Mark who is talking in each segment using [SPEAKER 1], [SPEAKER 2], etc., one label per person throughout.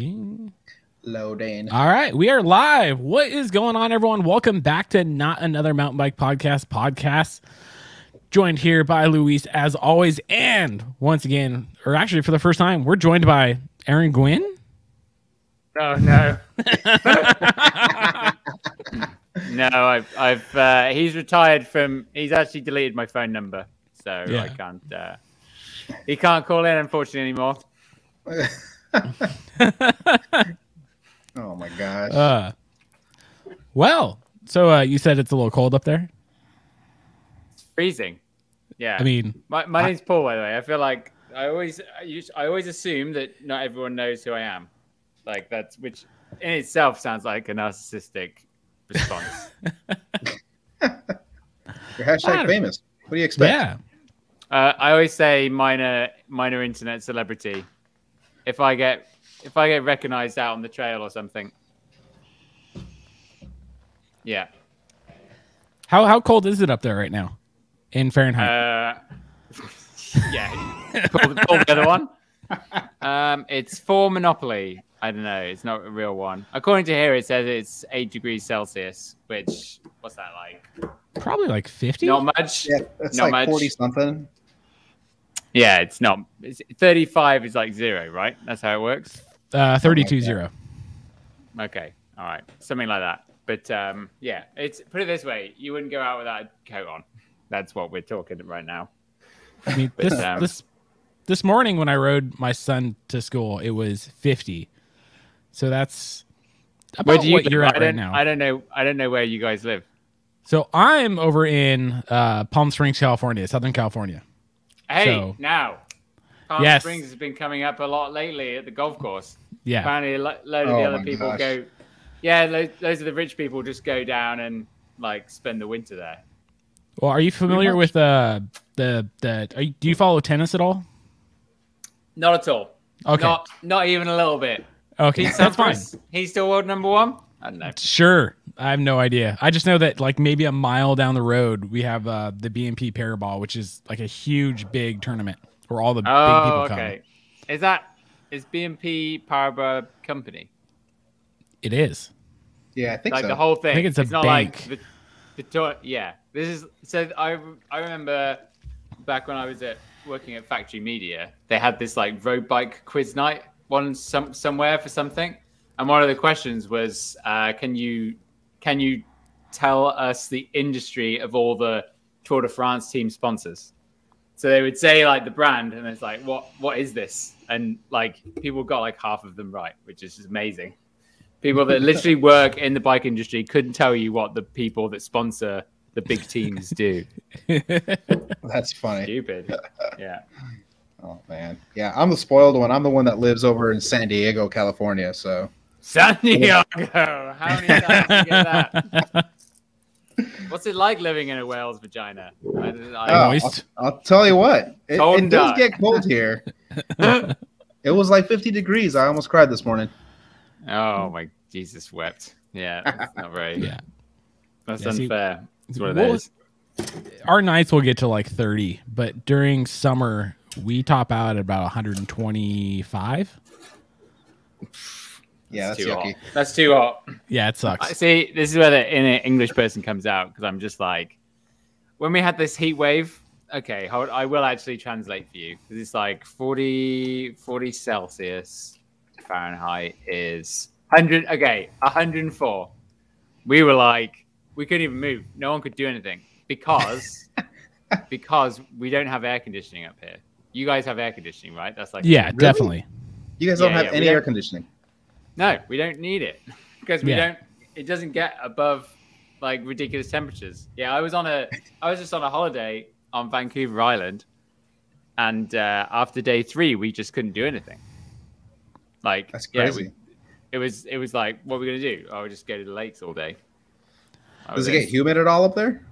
[SPEAKER 1] Ding.
[SPEAKER 2] Loading.
[SPEAKER 1] All right, we are live. What is going on, everyone? Welcome back to Not Another Mountain Bike Podcast podcast. Joined here by Luis, as always. And once again, or actually for the first time, we're joined by Aaron Gwynn.
[SPEAKER 3] Oh no. no, I've I've uh, he's retired from he's actually deleted my phone number. So
[SPEAKER 1] Yeah.
[SPEAKER 3] I can't uh, he can't call in unfortunately anymore.
[SPEAKER 1] Uh,
[SPEAKER 2] Oh my gosh.
[SPEAKER 1] Uh, well, so uh, you said it's a little cold up there.
[SPEAKER 3] Freezing. Yeah.
[SPEAKER 1] I mean,
[SPEAKER 3] my my
[SPEAKER 1] I-
[SPEAKER 3] name's Paul by the way. I feel like I always I, us- I always assume that not everyone knows who I am. Like that's which in itself sounds like a narcissistic response.
[SPEAKER 2] You're
[SPEAKER 1] I
[SPEAKER 2] hashtag
[SPEAKER 1] don't-
[SPEAKER 2] famous. What do you expect?
[SPEAKER 1] yeah,
[SPEAKER 3] Uh, I always say minor minor internet celebrity. If I get if I get recognized out on the trail or something. Yeah.
[SPEAKER 1] how how cold is it up there right now in Fahrenheit?
[SPEAKER 3] Uh, yeah. Pull, pull the other one. Um, it's for Monopoly. I don't know. It's not a real one. According to here, it says it's eight degrees Celsius. Which what's that like?
[SPEAKER 1] Probably like fifty.
[SPEAKER 3] Not much.
[SPEAKER 2] Yeah, that's
[SPEAKER 3] Not
[SPEAKER 2] like
[SPEAKER 3] much.
[SPEAKER 2] 40 something.
[SPEAKER 3] Yeah, it's not. It's, Thirty-five is like zero, right? That's how it works.
[SPEAKER 1] Uh, Thirty-two zero.
[SPEAKER 3] Okay. All right. Something like that. But um, yeah, it's put it this way: you wouldn't go out without a coat on. That's what we're talking right now.
[SPEAKER 1] I mean,
[SPEAKER 3] But,
[SPEAKER 1] this,
[SPEAKER 3] um,
[SPEAKER 1] this this morning when I rode my son to school, it was fifty. So that's about
[SPEAKER 3] Where do you?
[SPEAKER 1] what
[SPEAKER 3] live?
[SPEAKER 1] you're
[SPEAKER 3] I
[SPEAKER 1] at right
[SPEAKER 3] don't-
[SPEAKER 1] now.
[SPEAKER 3] I don't know. I don't know where you guys live.
[SPEAKER 1] so I'm over in uh, Palm Springs, California, Southern California.
[SPEAKER 3] Hey,
[SPEAKER 1] So-
[SPEAKER 3] now, Palm
[SPEAKER 1] Yes.
[SPEAKER 3] Springs has been coming up a lot lately at the golf course.
[SPEAKER 1] Yeah,
[SPEAKER 3] Apparently, a lo- load of
[SPEAKER 2] Oh
[SPEAKER 3] the
[SPEAKER 2] my
[SPEAKER 3] other people
[SPEAKER 2] gosh.
[SPEAKER 3] go. Yeah, lo- those are the rich people just go down and like spend the winter there.
[SPEAKER 1] Well, are you familiar
[SPEAKER 2] much.
[SPEAKER 1] with uh, the the? Are you, do you follow tennis at all?
[SPEAKER 3] Not at all.
[SPEAKER 1] Okay.
[SPEAKER 3] Not not even a little bit.
[SPEAKER 1] Okay,
[SPEAKER 3] Pete
[SPEAKER 1] that's fine.
[SPEAKER 3] Sampras, He's still world number one. I don't know.
[SPEAKER 1] Sure, I have no idea. I just know that like maybe a mile down the road we have uh, the BNP Paraball, which is like a huge big tournament where all the big people
[SPEAKER 3] Oh,
[SPEAKER 1] come.
[SPEAKER 3] okay. Is that is BNP Paribas company?
[SPEAKER 1] It is.
[SPEAKER 2] Yeah, I think
[SPEAKER 3] Like
[SPEAKER 2] so.
[SPEAKER 3] the whole thing.
[SPEAKER 1] I think it's a
[SPEAKER 3] not
[SPEAKER 1] bank.
[SPEAKER 3] like the, the tour, yeah. This is so I I remember back when I was at working at Factory Media, they had this like road bike quiz night one some somewhere for something. And one of the questions was uh, can you can you tell us the industry of all the Tour de France team sponsors? So they would say like the brand, and it's like, what what is this? And like people got like half of them right, which is just amazing. People that literally work in the bike industry couldn't tell you what the people that sponsor the big teams do.
[SPEAKER 2] That's funny.
[SPEAKER 3] Stupid. Yeah.
[SPEAKER 2] Oh man. Yeah, I'm the spoiled one. I'm the one that lives over in San Diego, California. So
[SPEAKER 3] San Diego. How many times do you get that? What's it like living in a whale's vagina? I, I,
[SPEAKER 2] Oh,
[SPEAKER 1] Moist.
[SPEAKER 2] I'll tell you what, it,
[SPEAKER 3] Cold
[SPEAKER 2] it does
[SPEAKER 3] duck.
[SPEAKER 2] get cold here.
[SPEAKER 1] Oh.
[SPEAKER 2] it was like 50 degrees. I almost cried this morning.
[SPEAKER 3] oh my Jesus wept. Yeah, that's not very.
[SPEAKER 1] Yeah.
[SPEAKER 3] That's
[SPEAKER 1] Yeah, see-
[SPEAKER 3] unfair. It's one of
[SPEAKER 1] What
[SPEAKER 3] those.
[SPEAKER 1] was- our nights will get to like 30 but during summer we top out at about 125
[SPEAKER 2] Yeah, that's
[SPEAKER 3] too
[SPEAKER 2] yucky.
[SPEAKER 3] hot. That's too hot.
[SPEAKER 1] yeah it
[SPEAKER 3] I
[SPEAKER 1] sucks
[SPEAKER 3] see. This is where the inner English person comes out because I'm just like, when we had this heat wave. Okay, hold. I will actually translate for you because it's like 40, 40 Celsius, Fahrenheit is hundred. Okay, hundred and four. We were like, we couldn't even move. No one could do anything because because we don't have air conditioning up here. You guys have air conditioning, right? That's like
[SPEAKER 1] yeah definitely
[SPEAKER 2] You guys don't
[SPEAKER 3] Yeah,
[SPEAKER 2] have
[SPEAKER 3] yeah, we
[SPEAKER 2] any
[SPEAKER 3] don't-
[SPEAKER 2] air conditioning.
[SPEAKER 3] no, we don't need it because we
[SPEAKER 1] Yeah.
[SPEAKER 3] don't. It doesn't get above like ridiculous temperatures. Yeah, I was on a, I was just on a holiday on Vancouver Island, and uh, after day three, we just couldn't do anything. Like
[SPEAKER 2] That's
[SPEAKER 3] yeah, we-
[SPEAKER 2] crazy.
[SPEAKER 3] it was, it was like, what are we gonna do? Oh, we just go to the lakes all day. That
[SPEAKER 2] does
[SPEAKER 3] was
[SPEAKER 2] it get humid at all up there?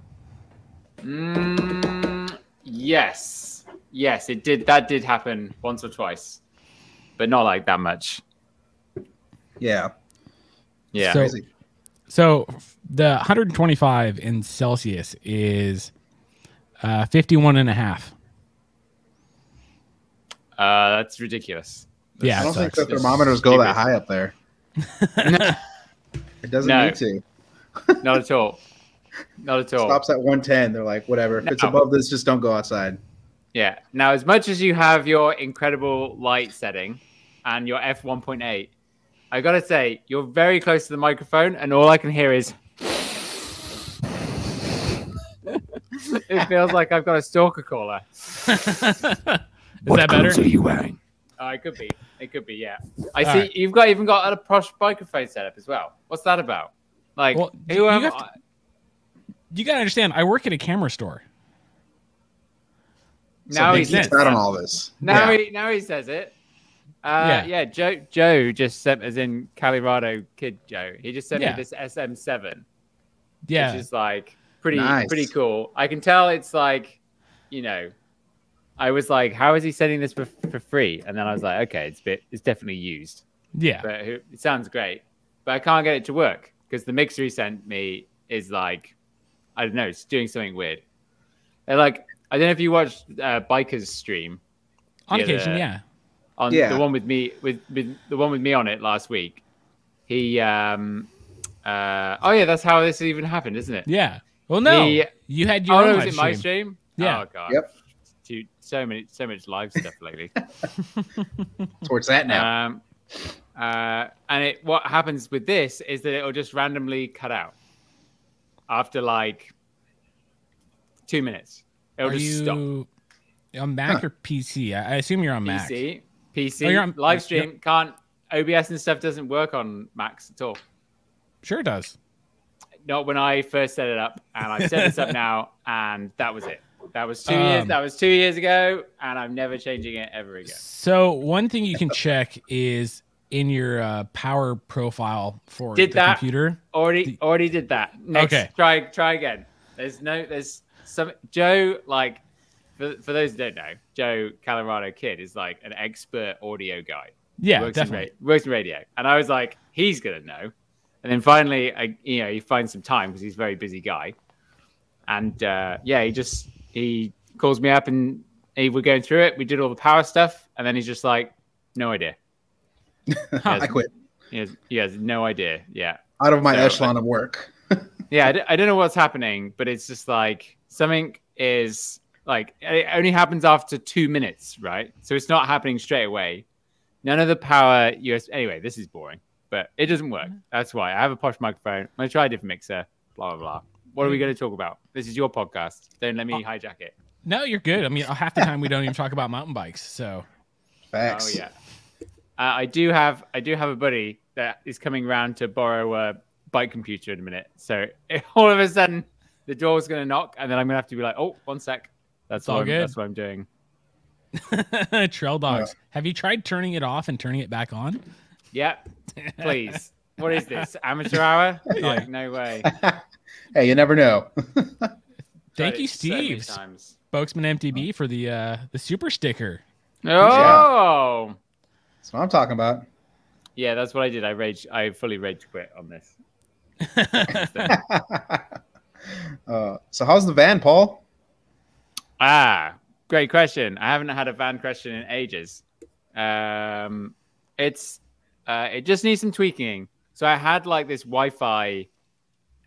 [SPEAKER 3] Mm, yes, yes, it did. That did happen once or twice, but not like that much.
[SPEAKER 2] Yeah.
[SPEAKER 3] Yeah.
[SPEAKER 1] So-
[SPEAKER 2] Crazy.
[SPEAKER 1] so f- the 125 in celsius is uh 51 and a half
[SPEAKER 3] Uh, that's ridiculous.
[SPEAKER 1] Yeah.
[SPEAKER 2] I don't think
[SPEAKER 4] sucks.
[SPEAKER 2] the thermometers go that high up there. It doesn't
[SPEAKER 3] No.
[SPEAKER 2] need to.
[SPEAKER 3] Not at all. Not at all.
[SPEAKER 2] Stops at 110. They're like, whatever. If it's
[SPEAKER 3] No.
[SPEAKER 2] above this, just don't go outside.
[SPEAKER 3] Yeah. Now, as much as you have your incredible light setting and your f1.8, I gotta say you're very close to the microphone, and all I can hear is. it feels like I've got a stalker caller.
[SPEAKER 1] Is that better?
[SPEAKER 4] you wearing?
[SPEAKER 3] Oh, it could be. It could be. Yeah. I
[SPEAKER 1] All
[SPEAKER 3] see.
[SPEAKER 1] right.
[SPEAKER 3] You've got even got a posh microphone setup as well. What's that about? Like,
[SPEAKER 1] Well, you-
[SPEAKER 3] who
[SPEAKER 1] you
[SPEAKER 3] am
[SPEAKER 1] have to-
[SPEAKER 3] I?
[SPEAKER 1] You gotta understand. I work at a camera store.
[SPEAKER 3] Now
[SPEAKER 2] he
[SPEAKER 3] he's
[SPEAKER 2] keeps
[SPEAKER 3] in.
[SPEAKER 2] that on all this.
[SPEAKER 3] Now
[SPEAKER 2] Yeah.
[SPEAKER 3] he now he says it. Uh,
[SPEAKER 1] Yeah.
[SPEAKER 3] yeah. Joe Joe just sent as in Colorado kid Joe. He just sent
[SPEAKER 1] Yeah.
[SPEAKER 3] me this SM7,
[SPEAKER 1] Yeah.
[SPEAKER 3] which is like pretty
[SPEAKER 2] Nice.
[SPEAKER 3] pretty cool. I can tell it's like, you know, I was like, how is he sending this for, for free? And then I was like, okay, it's bit it's definitely used,
[SPEAKER 1] yeah.
[SPEAKER 3] but who, it sounds great, but I can't get it to work because the mixer he sent me is like, I don't know, it's doing something weird. And like, I don't know if you watched uh, Biker's stream
[SPEAKER 1] On
[SPEAKER 3] yeah,
[SPEAKER 1] occasion,
[SPEAKER 3] the-
[SPEAKER 1] yeah.
[SPEAKER 3] on
[SPEAKER 2] Yeah.
[SPEAKER 3] the one with me with, with the one with me on it last week. He um uh oh yeah, that's how this even happened, isn't it?
[SPEAKER 1] Yeah. Well, no.
[SPEAKER 3] The-
[SPEAKER 1] you had your
[SPEAKER 3] Oh
[SPEAKER 1] own
[SPEAKER 3] no, was
[SPEAKER 1] live
[SPEAKER 3] it my
[SPEAKER 1] stream.
[SPEAKER 3] stream?
[SPEAKER 1] Yeah.
[SPEAKER 3] Oh god.
[SPEAKER 2] Yep.
[SPEAKER 3] Dude, so many so much live stuff lately.
[SPEAKER 2] That's where it's at now.
[SPEAKER 3] um uh and it what happens with this is that it'll just randomly cut out after like two minutes. It'll
[SPEAKER 1] Are
[SPEAKER 3] just
[SPEAKER 1] you
[SPEAKER 3] stop.
[SPEAKER 1] on Mac or PC? I I assume you're on Mac.
[SPEAKER 3] PC,
[SPEAKER 1] Oh,
[SPEAKER 3] PC,
[SPEAKER 1] you're on-
[SPEAKER 3] live stream can't OBS and stuff doesn't work on Macs at all.
[SPEAKER 1] Sure does.
[SPEAKER 3] not when I first set it up, and I've set this up now, and that was it. That was two years.
[SPEAKER 1] Um,
[SPEAKER 3] That was two years ago, and I'm never changing it ever again.
[SPEAKER 1] So one thing you can check is in your uh, power profile for
[SPEAKER 3] Did
[SPEAKER 1] the
[SPEAKER 3] that.
[SPEAKER 1] computer.
[SPEAKER 3] Already, already did that. Next,
[SPEAKER 1] Okay.
[SPEAKER 3] try, try again. There's no, there's some Joe. Like, for, for those who don't know, Joe Colorado Kid is like an expert audio guy.
[SPEAKER 1] Yeah,
[SPEAKER 3] works
[SPEAKER 1] definitely.
[SPEAKER 3] In, ra- works in radio, and I was like, he's gonna know. And then finally, I, you know, he finds some time because he's a very busy guy. And uh, yeah, he just he calls me up and he we're going through it. We did all the power stuff, and then he's just like, no idea. Uh,
[SPEAKER 2] I quit.
[SPEAKER 3] He has, he has no idea. Yeah,
[SPEAKER 2] Out of my
[SPEAKER 3] So,
[SPEAKER 2] echelon of work.
[SPEAKER 3] yeah. I d- I don't know what's happening, but it's just like something is like it only happens after two minutes, right? So it's not happening straight away. None of the power US. Anyway, this is boring, but it doesn't work. That's why I have a posh microphone. I'm gonna try a different mixer. Blah blah blah. What are we going to talk about? This is your podcast. Don't let me hijack it.
[SPEAKER 1] No, you're good. I mean, half the time we don't even talk about mountain bikes. So
[SPEAKER 2] Facts.
[SPEAKER 3] Oh yeah. Uh, I do have I do have a buddy that is coming round to borrow a bike computer in a minute. So all of a sudden the door's gonna knock and then I'm gonna have to be like, oh, one sec. That's
[SPEAKER 1] It's all
[SPEAKER 3] all
[SPEAKER 1] good.
[SPEAKER 3] that's what I'm doing.
[SPEAKER 1] trail dogs. Have you tried turning it off and turning it back on?
[SPEAKER 3] Yep. Please. what is this? Amateur hour? Like, no way.
[SPEAKER 2] Hey, you never know.
[SPEAKER 1] Thank
[SPEAKER 3] Tried
[SPEAKER 1] you,
[SPEAKER 3] it so many
[SPEAKER 1] Steve,
[SPEAKER 3] times.
[SPEAKER 1] spokesman MTB, for the uh, the super sticker.
[SPEAKER 3] Oh
[SPEAKER 2] That's what I'm talking about.
[SPEAKER 3] yeah, that's what I did. I rage I fully rage quit on this.
[SPEAKER 2] Uh, so how's the van, Paul?
[SPEAKER 3] Ah, great question. I haven't had a van question in ages. Um, it's uh, it just needs some tweaking. So I had like this Wi-Fi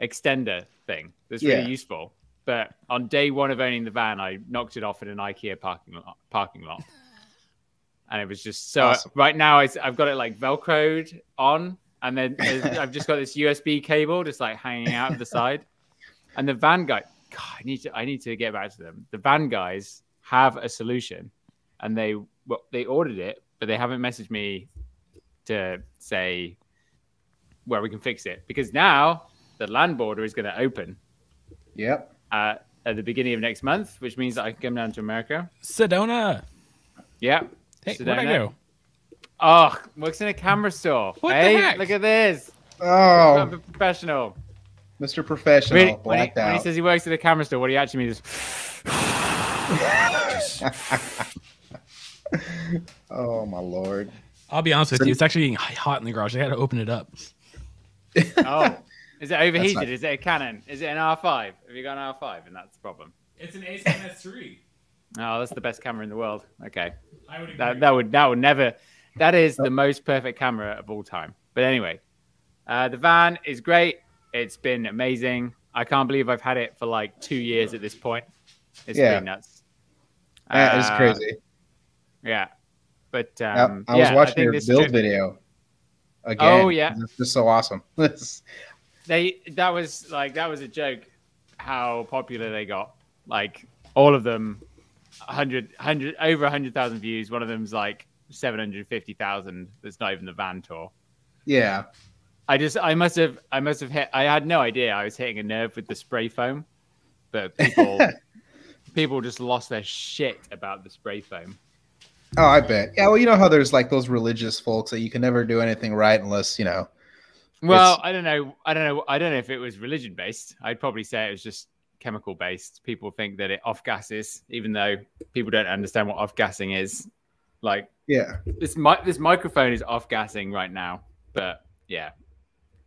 [SPEAKER 3] extender thing that's really
[SPEAKER 2] Yeah.
[SPEAKER 3] useful. But on day one of owning the van, I knocked it off in an IKEA parking lot. Parking lot, and it was just so.
[SPEAKER 2] Awesome.
[SPEAKER 3] Right now, it's, I've got it like velcroed on, and then there's- I've just got this USB cable just like hanging out of the side. And the van guy, God, I need to, I need to get back to them. The van guys have a solution, and they well, they ordered it, but they haven't messaged me to say where we can fix it because now the land border is going to open
[SPEAKER 2] Yep.
[SPEAKER 3] uh, at the beginning of next month, which means that I can come down to America.
[SPEAKER 1] Sedona.
[SPEAKER 3] Yeah.
[SPEAKER 1] Hey,
[SPEAKER 3] So
[SPEAKER 1] where'd I
[SPEAKER 3] down
[SPEAKER 1] go?
[SPEAKER 3] there- Oh, works in a camera store.
[SPEAKER 1] What the
[SPEAKER 3] hey,
[SPEAKER 1] heck?
[SPEAKER 3] look at this. I'm
[SPEAKER 2] Oh,
[SPEAKER 3] a professional.
[SPEAKER 2] Mr. Professional,
[SPEAKER 3] Really, when, he,
[SPEAKER 2] blacked
[SPEAKER 3] when he
[SPEAKER 2] out.
[SPEAKER 3] says he works at a camera store, what he actually means is
[SPEAKER 2] oh my lord.
[SPEAKER 1] I'll be honest with you. It's actually getting hot in the garage. I had to open it up.
[SPEAKER 3] Oh, is it overheated?
[SPEAKER 2] nice.
[SPEAKER 3] Is it a Canon? Is it an R5? Have you got an R5? And that's the problem.
[SPEAKER 1] It's an A7S3.
[SPEAKER 3] Oh, that's the best camera in the world. Okay,
[SPEAKER 1] I would
[SPEAKER 3] that, that would that would never That is the most perfect camera of all time. But anyway, uh, the van is great. It's been amazing. I can't believe I've had it for like two years at this point. It's
[SPEAKER 2] Yeah.
[SPEAKER 3] pretty nuts.
[SPEAKER 2] That is
[SPEAKER 3] Uh,
[SPEAKER 2] crazy.
[SPEAKER 3] Yeah. But
[SPEAKER 2] I-
[SPEAKER 3] um,
[SPEAKER 2] I was
[SPEAKER 3] yeah,
[SPEAKER 2] watching
[SPEAKER 3] think
[SPEAKER 2] your
[SPEAKER 3] this
[SPEAKER 2] build
[SPEAKER 3] trip-
[SPEAKER 2] video again.
[SPEAKER 3] Oh, yeah.
[SPEAKER 2] It's just so awesome. It's-
[SPEAKER 3] They that was like that was a joke how popular they got. Like all of them 100, 100 over 100,000 views. One of them's like 750,000. That's not even the van tour.
[SPEAKER 2] yeah.
[SPEAKER 3] I just I must have I must have hit I had no idea I was hitting a nerve with the spray foam, but people people just lost their shit about the spray foam.
[SPEAKER 2] Oh, I bet. Yeah. Well, you know how there's like those religious folks that you can never do anything right unless you know.
[SPEAKER 3] Well, I don't know I don't know I don't know if it was religion based. I'd probably say it was just chemical based. People think that it off gases, even though people don't understand what off gassing is. Like
[SPEAKER 2] Yeah.
[SPEAKER 3] this mi- this microphone is off gassing right now, but yeah,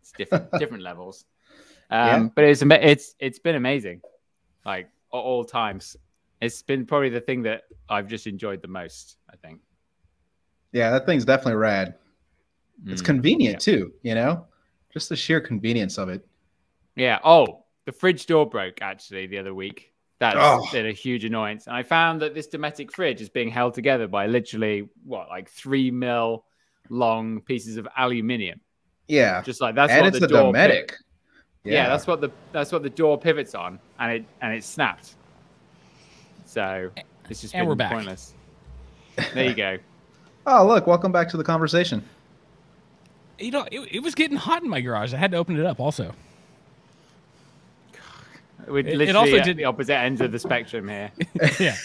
[SPEAKER 3] it's different different levels. Um,
[SPEAKER 2] Yeah.
[SPEAKER 3] But it's ama- it's it's been amazing, like at all times. It's been probably the thing that I've just enjoyed the most. I think
[SPEAKER 2] Yeah. That thing's definitely rad. It's
[SPEAKER 3] Mm.
[SPEAKER 2] convenient too. You know, just the sheer convenience of it.
[SPEAKER 3] yeah. Oh, the fridge door broke actually the other week. That's
[SPEAKER 2] Oh.
[SPEAKER 3] been a huge annoyance, and I found that this Dometic fridge is being held together by literally what like three mil long pieces of aluminium.
[SPEAKER 2] Yeah.
[SPEAKER 3] Just like that's
[SPEAKER 2] and
[SPEAKER 3] what
[SPEAKER 2] it's
[SPEAKER 3] the
[SPEAKER 2] a
[SPEAKER 3] door pivot-
[SPEAKER 2] Dometic.
[SPEAKER 3] yeah. that's what the that's what the door pivots on and it and it snapped so it's just
[SPEAKER 1] And
[SPEAKER 3] been
[SPEAKER 1] we're back.
[SPEAKER 3] pointless there you go
[SPEAKER 2] Oh, look. Welcome back to the conversation.
[SPEAKER 1] You know, it, it was getting hot in my garage. I had to open it up also.
[SPEAKER 3] we're
[SPEAKER 1] It- it
[SPEAKER 3] literally
[SPEAKER 1] also
[SPEAKER 3] at
[SPEAKER 1] did-
[SPEAKER 3] the opposite ends of the spectrum here
[SPEAKER 1] yeah.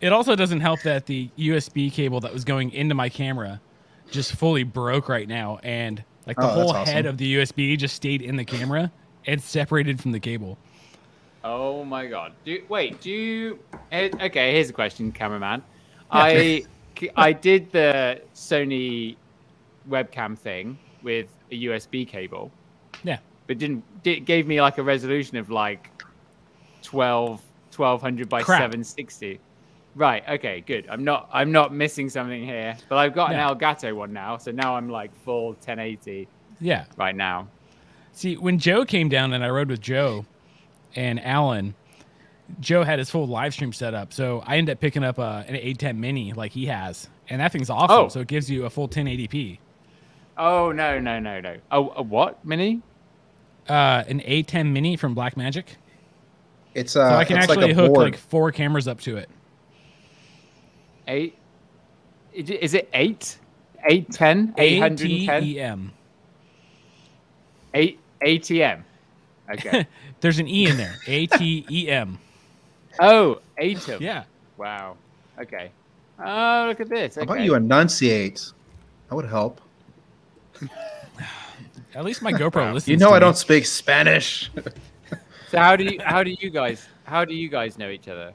[SPEAKER 1] It also doesn't help that the USB cable that was going into my camera just fully broke right now, and like the
[SPEAKER 2] Oh, that's
[SPEAKER 1] whole
[SPEAKER 2] awesome.
[SPEAKER 1] head of the USB just stayed in the camera and separated from the cable.
[SPEAKER 3] oh my god do you- wait do you eh, okay here's a question cameraman i i did the sony webcam thing with a usb cable
[SPEAKER 1] Yeah.
[SPEAKER 3] but didn't it gave me like a resolution of like 12 1200 by
[SPEAKER 1] Crap.
[SPEAKER 3] 760 right okay good i'm not i'm not missing something here but i've got
[SPEAKER 1] No.
[SPEAKER 3] an elgato one now so now i'm like full 1080
[SPEAKER 1] Yeah.
[SPEAKER 3] right now
[SPEAKER 1] See, when Joe came down and I rode with Joe and Alan, Joe had his full live stream set up. So I ended up picking up uh, an 810 mini like he has. And that thing's awesome.
[SPEAKER 3] Oh.
[SPEAKER 1] So it gives you a full 1080p.
[SPEAKER 3] oh no no no no oh a what mini
[SPEAKER 1] Uh, an A10 mini from Blackmagic.
[SPEAKER 2] It's
[SPEAKER 1] So
[SPEAKER 2] uh,
[SPEAKER 1] I can
[SPEAKER 2] it's
[SPEAKER 1] actually
[SPEAKER 2] like a
[SPEAKER 1] hook
[SPEAKER 2] board.
[SPEAKER 1] like four cameras up to it.
[SPEAKER 3] eight is it- is it eight 810 810
[SPEAKER 1] A-T-E-M.
[SPEAKER 3] 8 atm okay
[SPEAKER 1] There's an E in there. A-T-E-M.
[SPEAKER 3] oh atom
[SPEAKER 1] Yeah.
[SPEAKER 3] wow okay oh look at this
[SPEAKER 2] How
[SPEAKER 3] okay.
[SPEAKER 2] about you enunciate? That would help.
[SPEAKER 1] At least my GoPro listens
[SPEAKER 2] You know
[SPEAKER 1] to
[SPEAKER 2] I
[SPEAKER 1] me.
[SPEAKER 2] don't speak Spanish.
[SPEAKER 3] So how do you how do you guys how do you guys know each other?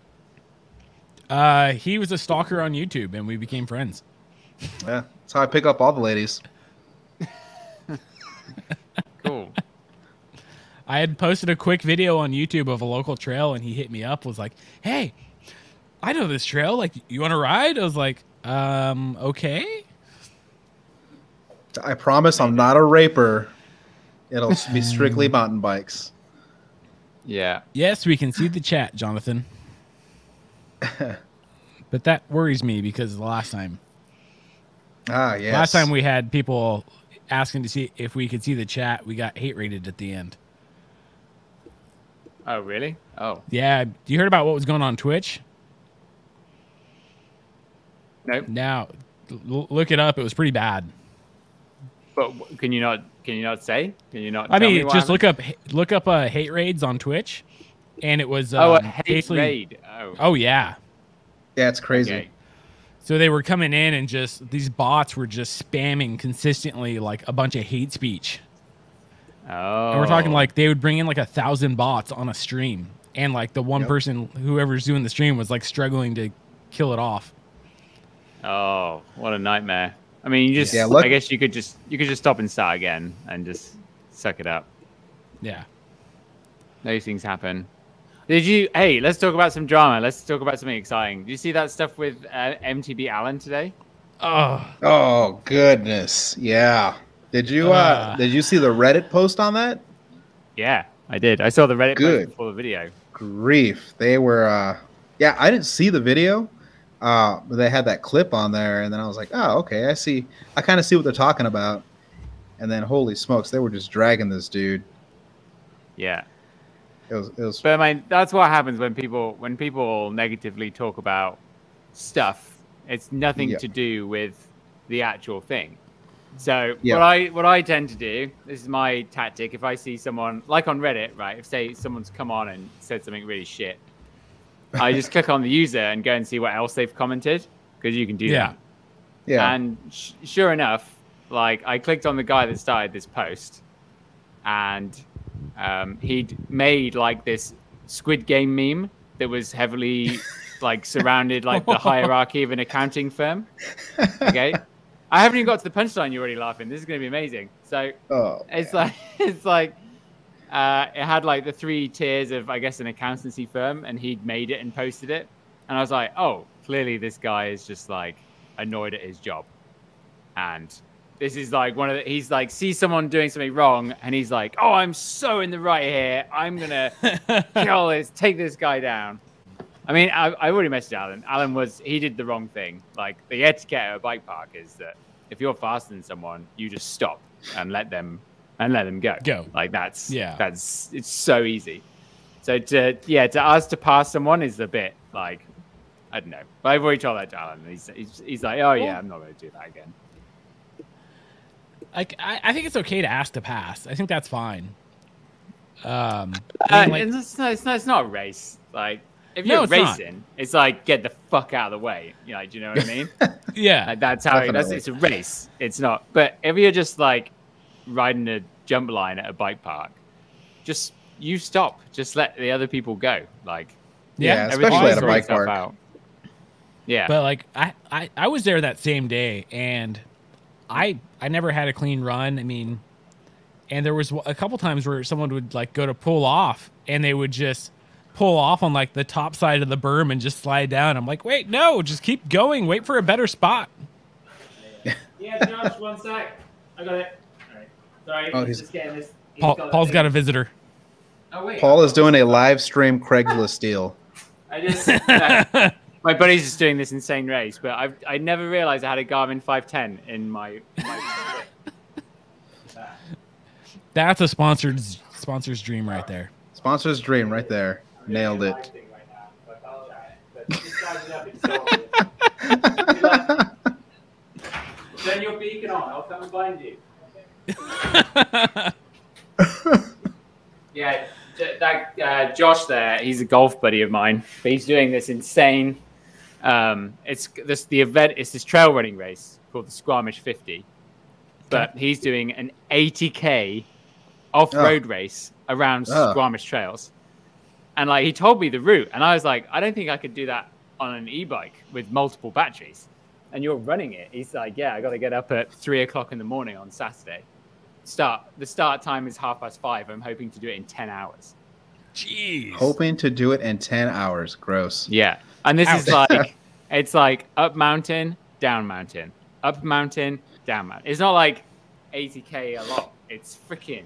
[SPEAKER 1] Uh, he was a stalker on YouTube and we became friends.
[SPEAKER 2] yeah, that's how I pick up all the ladies.
[SPEAKER 3] Cool.
[SPEAKER 1] I had posted a quick video on YouTube of a local trail, and he hit me up. Was like, "Hey, I know this trail. Like, you want to ride?" I was like, "Um, okay."
[SPEAKER 2] I promise I'm not a raper. It'll be strictly mountain bikes.
[SPEAKER 3] Yeah.
[SPEAKER 1] Yes, we can see the chat, Jonathan. but that worries me because the last time,
[SPEAKER 2] Ah, yes.
[SPEAKER 1] last time we had people asking to see if we could see the chat, we got hate rated at the end.
[SPEAKER 3] Oh really? Oh
[SPEAKER 1] Yeah, you heard about what was going on Twitch?
[SPEAKER 3] no.
[SPEAKER 1] Now, l- look it up. It was pretty bad.
[SPEAKER 3] But w- can you not can you not say? Can you not?
[SPEAKER 1] I
[SPEAKER 3] tell me
[SPEAKER 1] mean,
[SPEAKER 3] what
[SPEAKER 1] just
[SPEAKER 3] happened?
[SPEAKER 1] look up look up uh, hate raids on Twitch, and it was um,
[SPEAKER 3] Oh, a hate
[SPEAKER 1] basically-
[SPEAKER 3] raid. Oh.
[SPEAKER 1] Oh yeah,
[SPEAKER 2] yeah, it's crazy.
[SPEAKER 3] okay.
[SPEAKER 1] so they were coming in and just these bots were just spamming consistently like a bunch of hate speech,
[SPEAKER 3] Oh.
[SPEAKER 1] and we're talking like they would bring in like a thousand bots on a stream, and like the one
[SPEAKER 2] Yep.
[SPEAKER 1] person whoever's doing the stream was like struggling to kill it off.
[SPEAKER 3] Oh, what a nightmare. I mean, you just.
[SPEAKER 2] Yeah, look-
[SPEAKER 3] I guess you could just you could just stop and start again and just suck it up.
[SPEAKER 1] Yeah,
[SPEAKER 3] Those things happen. Did you? Hey, let's talk about some drama. Let's talk about something exciting. Did you see that stuff with uh, MTB Allen today?
[SPEAKER 1] Oh,
[SPEAKER 2] Oh goodness, yeah. Did you uh,
[SPEAKER 1] Ah.
[SPEAKER 2] did you see the Reddit post on that?
[SPEAKER 3] Yeah, I did. I saw the Reddit
[SPEAKER 2] Good.
[SPEAKER 3] post before the video.
[SPEAKER 2] Grief, they were. uh Yeah, I didn't see the video, uh, but they had that clip on there, and then I was like, oh okay, I see. I kind of see what they're talking about. And then, holy smokes, they were just dragging this dude.
[SPEAKER 3] Yeah.
[SPEAKER 2] It was it was
[SPEAKER 3] But I mean, that's what happens when people when people negatively talk about stuff. It's nothing
[SPEAKER 2] Yeah.
[SPEAKER 3] to do with the actual thing. So
[SPEAKER 2] Yeah.
[SPEAKER 3] what I what I tend to do, this is my tactic. If I see someone like on Reddit, right? If say someone's come on and said something really shit, I just click on the user and go and see what else they've commented because you can do
[SPEAKER 1] Yeah.
[SPEAKER 3] that.
[SPEAKER 2] yeah.
[SPEAKER 3] And sh- sure enough, like I clicked on the guy that started this post, and um, he'd made like this Squid Game meme that was heavily like surrounded like the hierarchy of an accounting firm. Okay, I haven't even got to the punchline. You're already laughing. This is going to be amazing. So
[SPEAKER 2] oh,
[SPEAKER 3] it's like it's like uh, it had like the three tiers of I guess an accountancy firm, and he'd made it and posted it, and I was like, oh, clearly this guy is just like annoyed at his job, and this is like one of the, he's like sees someone doing something wrong, and he's like, oh, I'm so in the right here, I'm gonna kill this, take this guy down. I mean, I, I already messaged Alan. Alan was he did the wrong thing. Like the etiquette at a bike park is that if you're faster than someone, you just stop and let them and let them go.
[SPEAKER 1] Go.
[SPEAKER 3] Like that's
[SPEAKER 1] Yeah.
[SPEAKER 3] That's it's so easy. So to yeah to ask to pass someone is a bit like I don't know. But I've already told that to Alan. and He's he's, he's like oh yeah I'm not going to do that again.
[SPEAKER 1] like I, I think it's okay to ask to pass. I think that's fine. Um, I
[SPEAKER 3] Uh,
[SPEAKER 1] mean, like-
[SPEAKER 3] and it's, not, it's, not, it's not a race. Like if
[SPEAKER 1] No,
[SPEAKER 3] you're
[SPEAKER 1] it's not.
[SPEAKER 3] racing, it's like get the fuck out of the way. You know, do you know what I mean?
[SPEAKER 1] yeah,
[SPEAKER 3] Like Uh, that's how it, that's,
[SPEAKER 2] Definitely.
[SPEAKER 3] it's a race. It's not. But if you're just like riding a jump line at a bike park, just you stop. Just let the other people go. Like
[SPEAKER 1] yeah,
[SPEAKER 2] Yeah,
[SPEAKER 3] everything
[SPEAKER 2] especially at
[SPEAKER 3] is
[SPEAKER 2] a
[SPEAKER 3] sorting
[SPEAKER 2] bike
[SPEAKER 3] itself
[SPEAKER 2] park.
[SPEAKER 3] out. Yeah,
[SPEAKER 1] But like I, I, I was there that same day, and I I never had a clean run. I mean, and there was a couple times where someone would like go to pull off, and they would just pull off on like the top side of the berm and just slide down. I'm like, wait, no, just keep going. Wait for a better spot.
[SPEAKER 4] Yeah, Josh, one sec. I got it. Alright. Sorry,
[SPEAKER 2] Oh,
[SPEAKER 4] I'm
[SPEAKER 2] he's-
[SPEAKER 4] just getting this. he's
[SPEAKER 1] Paul,
[SPEAKER 4] it.
[SPEAKER 1] Paul's got a visitor.
[SPEAKER 4] Oh, wait.
[SPEAKER 2] Paul is doing a live stream Craigslist deal.
[SPEAKER 4] I just. uh,
[SPEAKER 3] my buddy's just doing this insane race. But I I never realized I had a Garmin 510 in my. my
[SPEAKER 1] That's a sponsored sponsor's dream right there.
[SPEAKER 2] Sponsor's dream right there. Nailed it.
[SPEAKER 4] Turn your beacon on, I'll come and find you.
[SPEAKER 3] yeah, th- that uh, Josh there, he's a golf buddy of mine. But he's doing this insane. Um, it's this the event. It's this trail running race called the Squamish 50, but he's doing an 80k off road race around
[SPEAKER 2] Ugh.
[SPEAKER 3] Squamish trails. And like he told me the route, and I was like, I don't think I could do that on an e-bike with multiple batteries. And you're running it. He's like, Yeah, I got to get up at three o'clock in the morning on Saturday. Start the start time is half past five. I'm hoping to do it in ten hours.
[SPEAKER 1] Jeez.
[SPEAKER 2] Hoping to do it in 10 hours. Gross.
[SPEAKER 3] Yeah, and this is
[SPEAKER 2] Ouch.
[SPEAKER 3] like it's like up mountain, down mountain, up mountain, down mountain. It's not like 80k a lot. It's freaking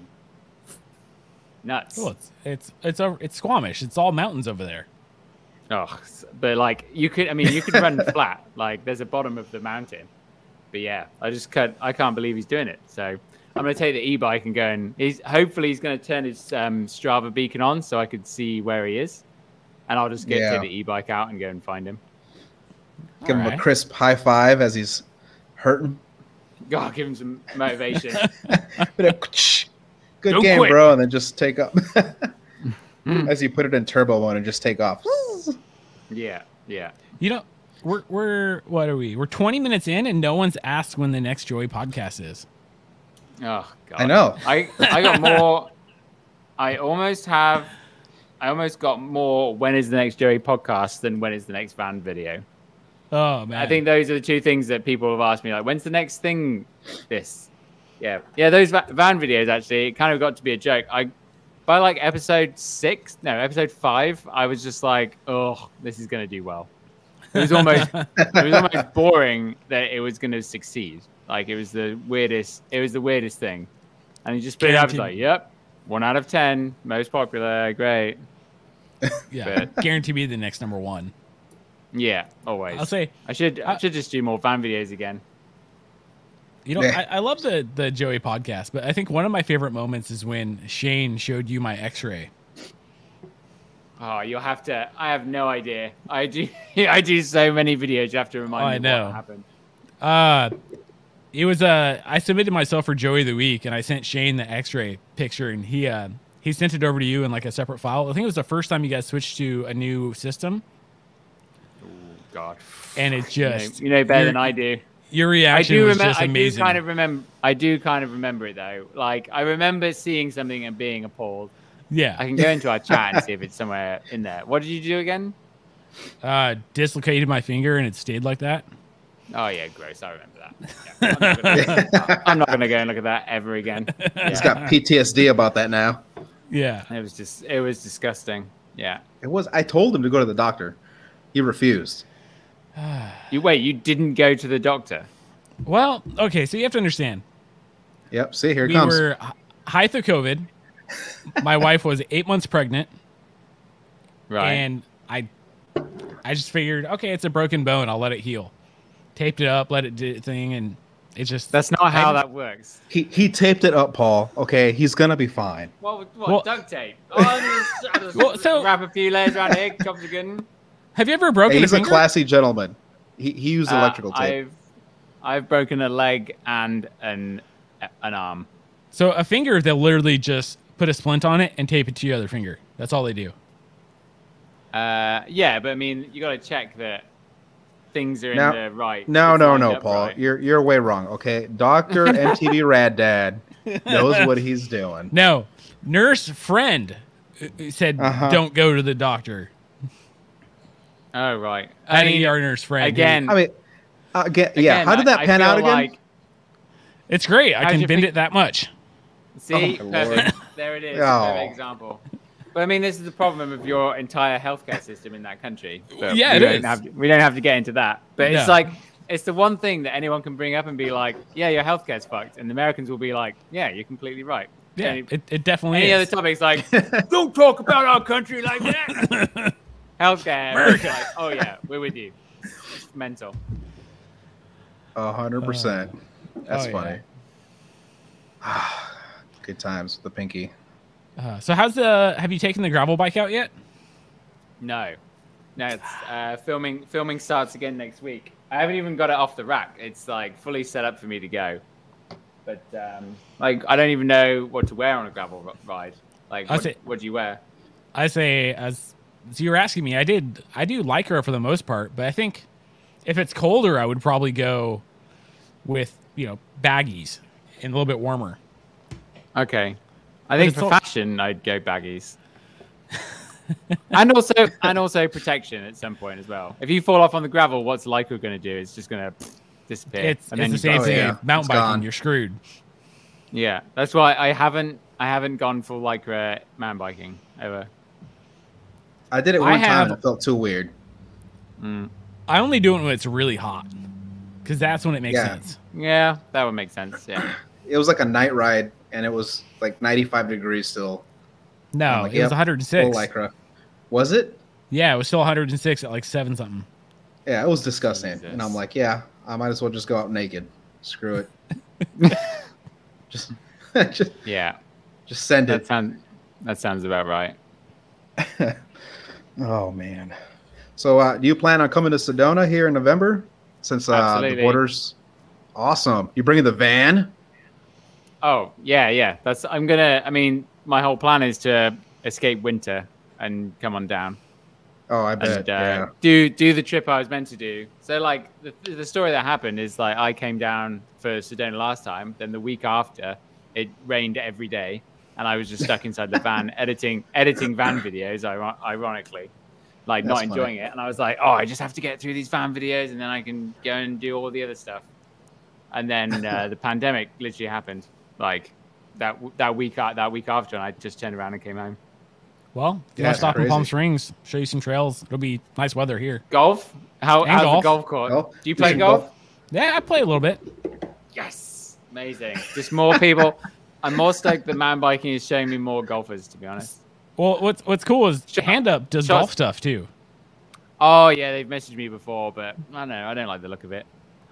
[SPEAKER 3] nuts.
[SPEAKER 1] Cool. It's it's it's, over, it's Squamish. It's all mountains over there.
[SPEAKER 3] Oh, s- but like you could, I mean, you could run flat. Like there's a bottom of the mountain. But yeah, I just can't. I can't believe he's doing it. So I'm gonna take the e-bike and go and he's hopefully he's gonna turn his um, Strava beacon on so I could see where he is, and I'll just get
[SPEAKER 2] Yeah.
[SPEAKER 3] take the e-bike out and go and find him.
[SPEAKER 2] Give him
[SPEAKER 1] Alright.
[SPEAKER 2] a crisp high five as he's hurting.
[SPEAKER 3] God, give him some motivation.
[SPEAKER 2] Bit of ksh. Good
[SPEAKER 1] Don't
[SPEAKER 2] game,
[SPEAKER 1] quit.
[SPEAKER 2] bro. And then just take up. as you put it in turbo mode and just take off.
[SPEAKER 3] yeah, yeah.
[SPEAKER 1] You know, we're we're what are we? We're 20 minutes in, and no one's asked when the next Joey podcast is.
[SPEAKER 3] Oh god.
[SPEAKER 2] I know.
[SPEAKER 3] I I got more. I almost have. I almost got more. When is the next Joey podcast than when is the next van video?
[SPEAKER 1] Oh man,
[SPEAKER 3] I think those are the two things that people have asked me. Like, when's the next thing? This, yeah, yeah. Those va- van videos actually it kind of got to be a joke. I by like episode six, no, episode five, I was just like, oh, this is gonna do well. It was almost it was almost boring that it was going to succeed. Like it was the weirdest. It was the weirdest thing, and he just put it out. He's like,
[SPEAKER 1] Guaranteed.
[SPEAKER 3] "Yep, one out of ten, most popular, great."
[SPEAKER 1] yeah, guarantee me the next number one.
[SPEAKER 3] Yeah, always.
[SPEAKER 1] I'll say
[SPEAKER 3] I should I
[SPEAKER 1] I-
[SPEAKER 3] should just do more van videos again.
[SPEAKER 1] You know,
[SPEAKER 2] Yeah.
[SPEAKER 1] I, I love the the Joey podcast, but I think one of my favorite moments is when Shane showed you my X-ray.
[SPEAKER 3] Oh, you'll have to. I have no idea. I do. I do so many videos. You have to remind
[SPEAKER 1] Oh,
[SPEAKER 3] me
[SPEAKER 1] I
[SPEAKER 3] what
[SPEAKER 1] know.
[SPEAKER 3] happened.
[SPEAKER 1] Uh, it was uh, I submitted myself for Joey of the week, and I sent Shane the X-ray picture, and he uh, he sent it over to you in like a separate file. I think it was the first time you guys switched to a new system,
[SPEAKER 3] God,
[SPEAKER 1] and it
[SPEAKER 3] You know-
[SPEAKER 1] just
[SPEAKER 3] you know better
[SPEAKER 1] your-
[SPEAKER 3] than I do.
[SPEAKER 1] Your
[SPEAKER 3] I
[SPEAKER 1] reaction
[SPEAKER 3] do
[SPEAKER 1] was
[SPEAKER 3] remember.
[SPEAKER 1] just
[SPEAKER 3] I do
[SPEAKER 1] amazing.
[SPEAKER 3] kind of remember. I do kind of remember it though. Like I remember seeing something and being appalled. I
[SPEAKER 1] yeah,
[SPEAKER 3] can go into our chat and see if it's somewhere in there. What did you do again?
[SPEAKER 1] uh, dislocated my finger, and it stayed like that.
[SPEAKER 3] Oh yeah, gross. I remember that. Yeah. I'm not going to go and look at that ever again.
[SPEAKER 2] He's
[SPEAKER 3] Yeah.
[SPEAKER 2] got PTSD about that now.
[SPEAKER 1] Yeah,
[SPEAKER 3] It was just. It was disgusting. Yeah.
[SPEAKER 2] It was. I told him to go to the doctor. He refused.
[SPEAKER 3] You wait. You didn't go to the doctor.
[SPEAKER 1] well, okay, so you have to understand.
[SPEAKER 2] Yep. See, here it
[SPEAKER 1] we
[SPEAKER 2] comes.
[SPEAKER 1] were h- high through COVID. My wife was eight months pregnant,
[SPEAKER 3] Right.
[SPEAKER 1] and I, I just figured, okay, it's a broken bone. I'll let it heal. Taped it up, let it do its thing, and it just
[SPEAKER 3] That's not how
[SPEAKER 1] I-
[SPEAKER 3] that works.
[SPEAKER 2] He he taped it up, Paul. Okay, he's gonna be fine.
[SPEAKER 3] What? What?
[SPEAKER 1] Well-
[SPEAKER 3] duct tape. Oh, I'll just, I'll just
[SPEAKER 1] Well, so-
[SPEAKER 3] wrap a few layers around here. Comes again.
[SPEAKER 1] Have you ever broken
[SPEAKER 2] Hey,
[SPEAKER 1] a
[SPEAKER 2] he's a
[SPEAKER 1] finger?
[SPEAKER 2] classy gentleman. He he used
[SPEAKER 3] Uh,
[SPEAKER 2] electrical tape.
[SPEAKER 3] I've I've broken a leg and an an arm.
[SPEAKER 1] so a finger, they'll literally just put a splint on it and tape it to your other finger. That's all they do.
[SPEAKER 3] Uh, yeah, but I mean, you got to check that things are
[SPEAKER 2] No.
[SPEAKER 3] in the right.
[SPEAKER 2] No,
[SPEAKER 3] it's
[SPEAKER 2] no,
[SPEAKER 3] lined
[SPEAKER 2] no,
[SPEAKER 3] up
[SPEAKER 2] Paul.
[SPEAKER 3] right.
[SPEAKER 2] You're you're way wrong. Okay, Doctor MTV Rad Dad knows what he's doing.
[SPEAKER 1] No, nurse friend uh, uh, said
[SPEAKER 2] Uh-huh.
[SPEAKER 1] don't go to the doctor.
[SPEAKER 3] Oh right.
[SPEAKER 1] I
[SPEAKER 3] I mean,
[SPEAKER 1] ER nurse friend who-
[SPEAKER 3] again.
[SPEAKER 2] I mean, uh, get, yeah.
[SPEAKER 3] again,
[SPEAKER 2] How did
[SPEAKER 3] I-
[SPEAKER 2] that
[SPEAKER 3] I
[SPEAKER 2] pan out
[SPEAKER 3] feel
[SPEAKER 2] again?
[SPEAKER 3] like-
[SPEAKER 1] It's great. I
[SPEAKER 3] How'd
[SPEAKER 1] can
[SPEAKER 3] you
[SPEAKER 1] bend
[SPEAKER 3] think-
[SPEAKER 1] it that much.
[SPEAKER 3] see,
[SPEAKER 2] Oh, my
[SPEAKER 3] perfect. There it is.
[SPEAKER 2] Oh.
[SPEAKER 3] Perfect example. But I mean, this is the problem of your entire healthcare system in that country. But
[SPEAKER 1] Yeah,
[SPEAKER 3] we
[SPEAKER 1] it
[SPEAKER 3] don't
[SPEAKER 1] is.
[SPEAKER 3] Have to, we don't have to get into that. But it's
[SPEAKER 1] No.
[SPEAKER 3] like it's the one thing that anyone can bring up and be like, "Yeah, your healthcare's fucked," and the Americans will be like, "Yeah, you're completely right."
[SPEAKER 1] Yeah,
[SPEAKER 3] Any-
[SPEAKER 1] it, it definitely
[SPEAKER 3] Any
[SPEAKER 1] is.
[SPEAKER 3] other topics like don't talk about our country like that. Healthcare.
[SPEAKER 1] America.
[SPEAKER 3] Like, oh yeah, we're with you. It's mental.
[SPEAKER 2] A hundred percent. That's
[SPEAKER 1] oh,
[SPEAKER 2] funny. Good times with the pinky.
[SPEAKER 1] Uh, so how's the? Have you taken the gravel bike out yet?
[SPEAKER 3] No, no. It's uh, filming. Filming starts again next week. I haven't even got it off the rack. It's like fully set up for me to go. But um, like, I don't even know what to wear on a gravel r- ride. Like,
[SPEAKER 1] I
[SPEAKER 3] what,
[SPEAKER 1] see.
[SPEAKER 3] what do you wear?
[SPEAKER 1] I say as so you were asking me. I did. I do like her for the most part, but I think if it's colder, I would probably go with you know baggies and a little bit warmer.
[SPEAKER 3] Okay. I think
[SPEAKER 1] it's
[SPEAKER 3] for
[SPEAKER 1] not-
[SPEAKER 3] fashion, I'd go baggies. and also, and also protection at some point as well. If you fall off on the gravel, what's Lycra going to do? It's just going to disappear.
[SPEAKER 1] It's,
[SPEAKER 3] and
[SPEAKER 1] it's
[SPEAKER 3] then
[SPEAKER 1] the
[SPEAKER 3] you
[SPEAKER 1] same
[SPEAKER 2] oh,
[SPEAKER 1] thing.
[SPEAKER 2] yeah.
[SPEAKER 1] with Mountain
[SPEAKER 2] It's
[SPEAKER 1] biking,
[SPEAKER 2] gone.
[SPEAKER 1] you're screwed.
[SPEAKER 3] got- yeah, that's why I haven't, I haven't gone full Lycra man biking ever.
[SPEAKER 2] I did it
[SPEAKER 1] I
[SPEAKER 2] one time.
[SPEAKER 1] have-
[SPEAKER 2] and It felt too weird.
[SPEAKER 3] Mm.
[SPEAKER 1] I only do it when it's really hot, because that's when it makes
[SPEAKER 2] Yeah.
[SPEAKER 1] sense.
[SPEAKER 3] Yeah, that would make sense. Yeah,
[SPEAKER 2] It was like a night ride, and it was like 95 degrees still.
[SPEAKER 1] No,
[SPEAKER 2] like,
[SPEAKER 1] it was
[SPEAKER 2] yep, Full
[SPEAKER 1] 106.
[SPEAKER 2] lycra. Was it?
[SPEAKER 1] yeah, it was still 106 at like seven something.
[SPEAKER 2] Yeah, it was disgusting. And I'm
[SPEAKER 3] Jesus.
[SPEAKER 2] like, yeah, I might as well just go out naked. Screw it. just, just,
[SPEAKER 3] yeah.
[SPEAKER 2] just send
[SPEAKER 3] That
[SPEAKER 2] it.
[SPEAKER 3] sounds, that sounds about right.
[SPEAKER 2] Oh man. So, uh, do you plan on coming to Sedona here in November? Since uh, the
[SPEAKER 3] Absolutely.
[SPEAKER 2] borders, awesome. You bringing the van?
[SPEAKER 3] Oh yeah, yeah. That's I'm gonna. I mean, my whole plan is to escape winter and come on down.
[SPEAKER 2] Oh, I bet.
[SPEAKER 3] and uh,
[SPEAKER 2] yeah.
[SPEAKER 3] do do the trip I was meant to do. So like the, the story that happened is like I came down for Sedona last time. Then the week after, it rained every day, and I was just stuck inside the van editing editing van videos. iron- Ironically, like not
[SPEAKER 2] That's funny.
[SPEAKER 3] enjoying it, and I was like, oh, I just have to get through these van videos, and then I can go and do all the other stuff. And then uh, the pandemic uh, literally happened. Like that w- that week a- that week after, and I just turned around and came home.
[SPEAKER 1] Well, if you
[SPEAKER 2] Yeah,
[SPEAKER 1] want to
[SPEAKER 2] it's
[SPEAKER 1] stop in Palm
[SPEAKER 2] crazy.
[SPEAKER 1] Springs, show you some trails. It'll be nice weather here.
[SPEAKER 3] Golf? How?
[SPEAKER 1] And
[SPEAKER 3] How's
[SPEAKER 1] golf.
[SPEAKER 3] the golf court?
[SPEAKER 2] Golf.
[SPEAKER 3] Do you
[SPEAKER 2] You
[SPEAKER 3] play
[SPEAKER 2] should
[SPEAKER 3] golf?
[SPEAKER 2] golf.
[SPEAKER 1] Yeah, I play a little bit.
[SPEAKER 3] Yes, amazing. Just more people. I'm more stoked that man biking is showing me more golfers. To be honest.
[SPEAKER 1] Well, what's what's cool is
[SPEAKER 3] Shut-
[SPEAKER 1] Hand Up does
[SPEAKER 3] shut-
[SPEAKER 1] golf stuff too.
[SPEAKER 3] Oh yeah, they've messaged me before, but I don't know. I don't like the look of it.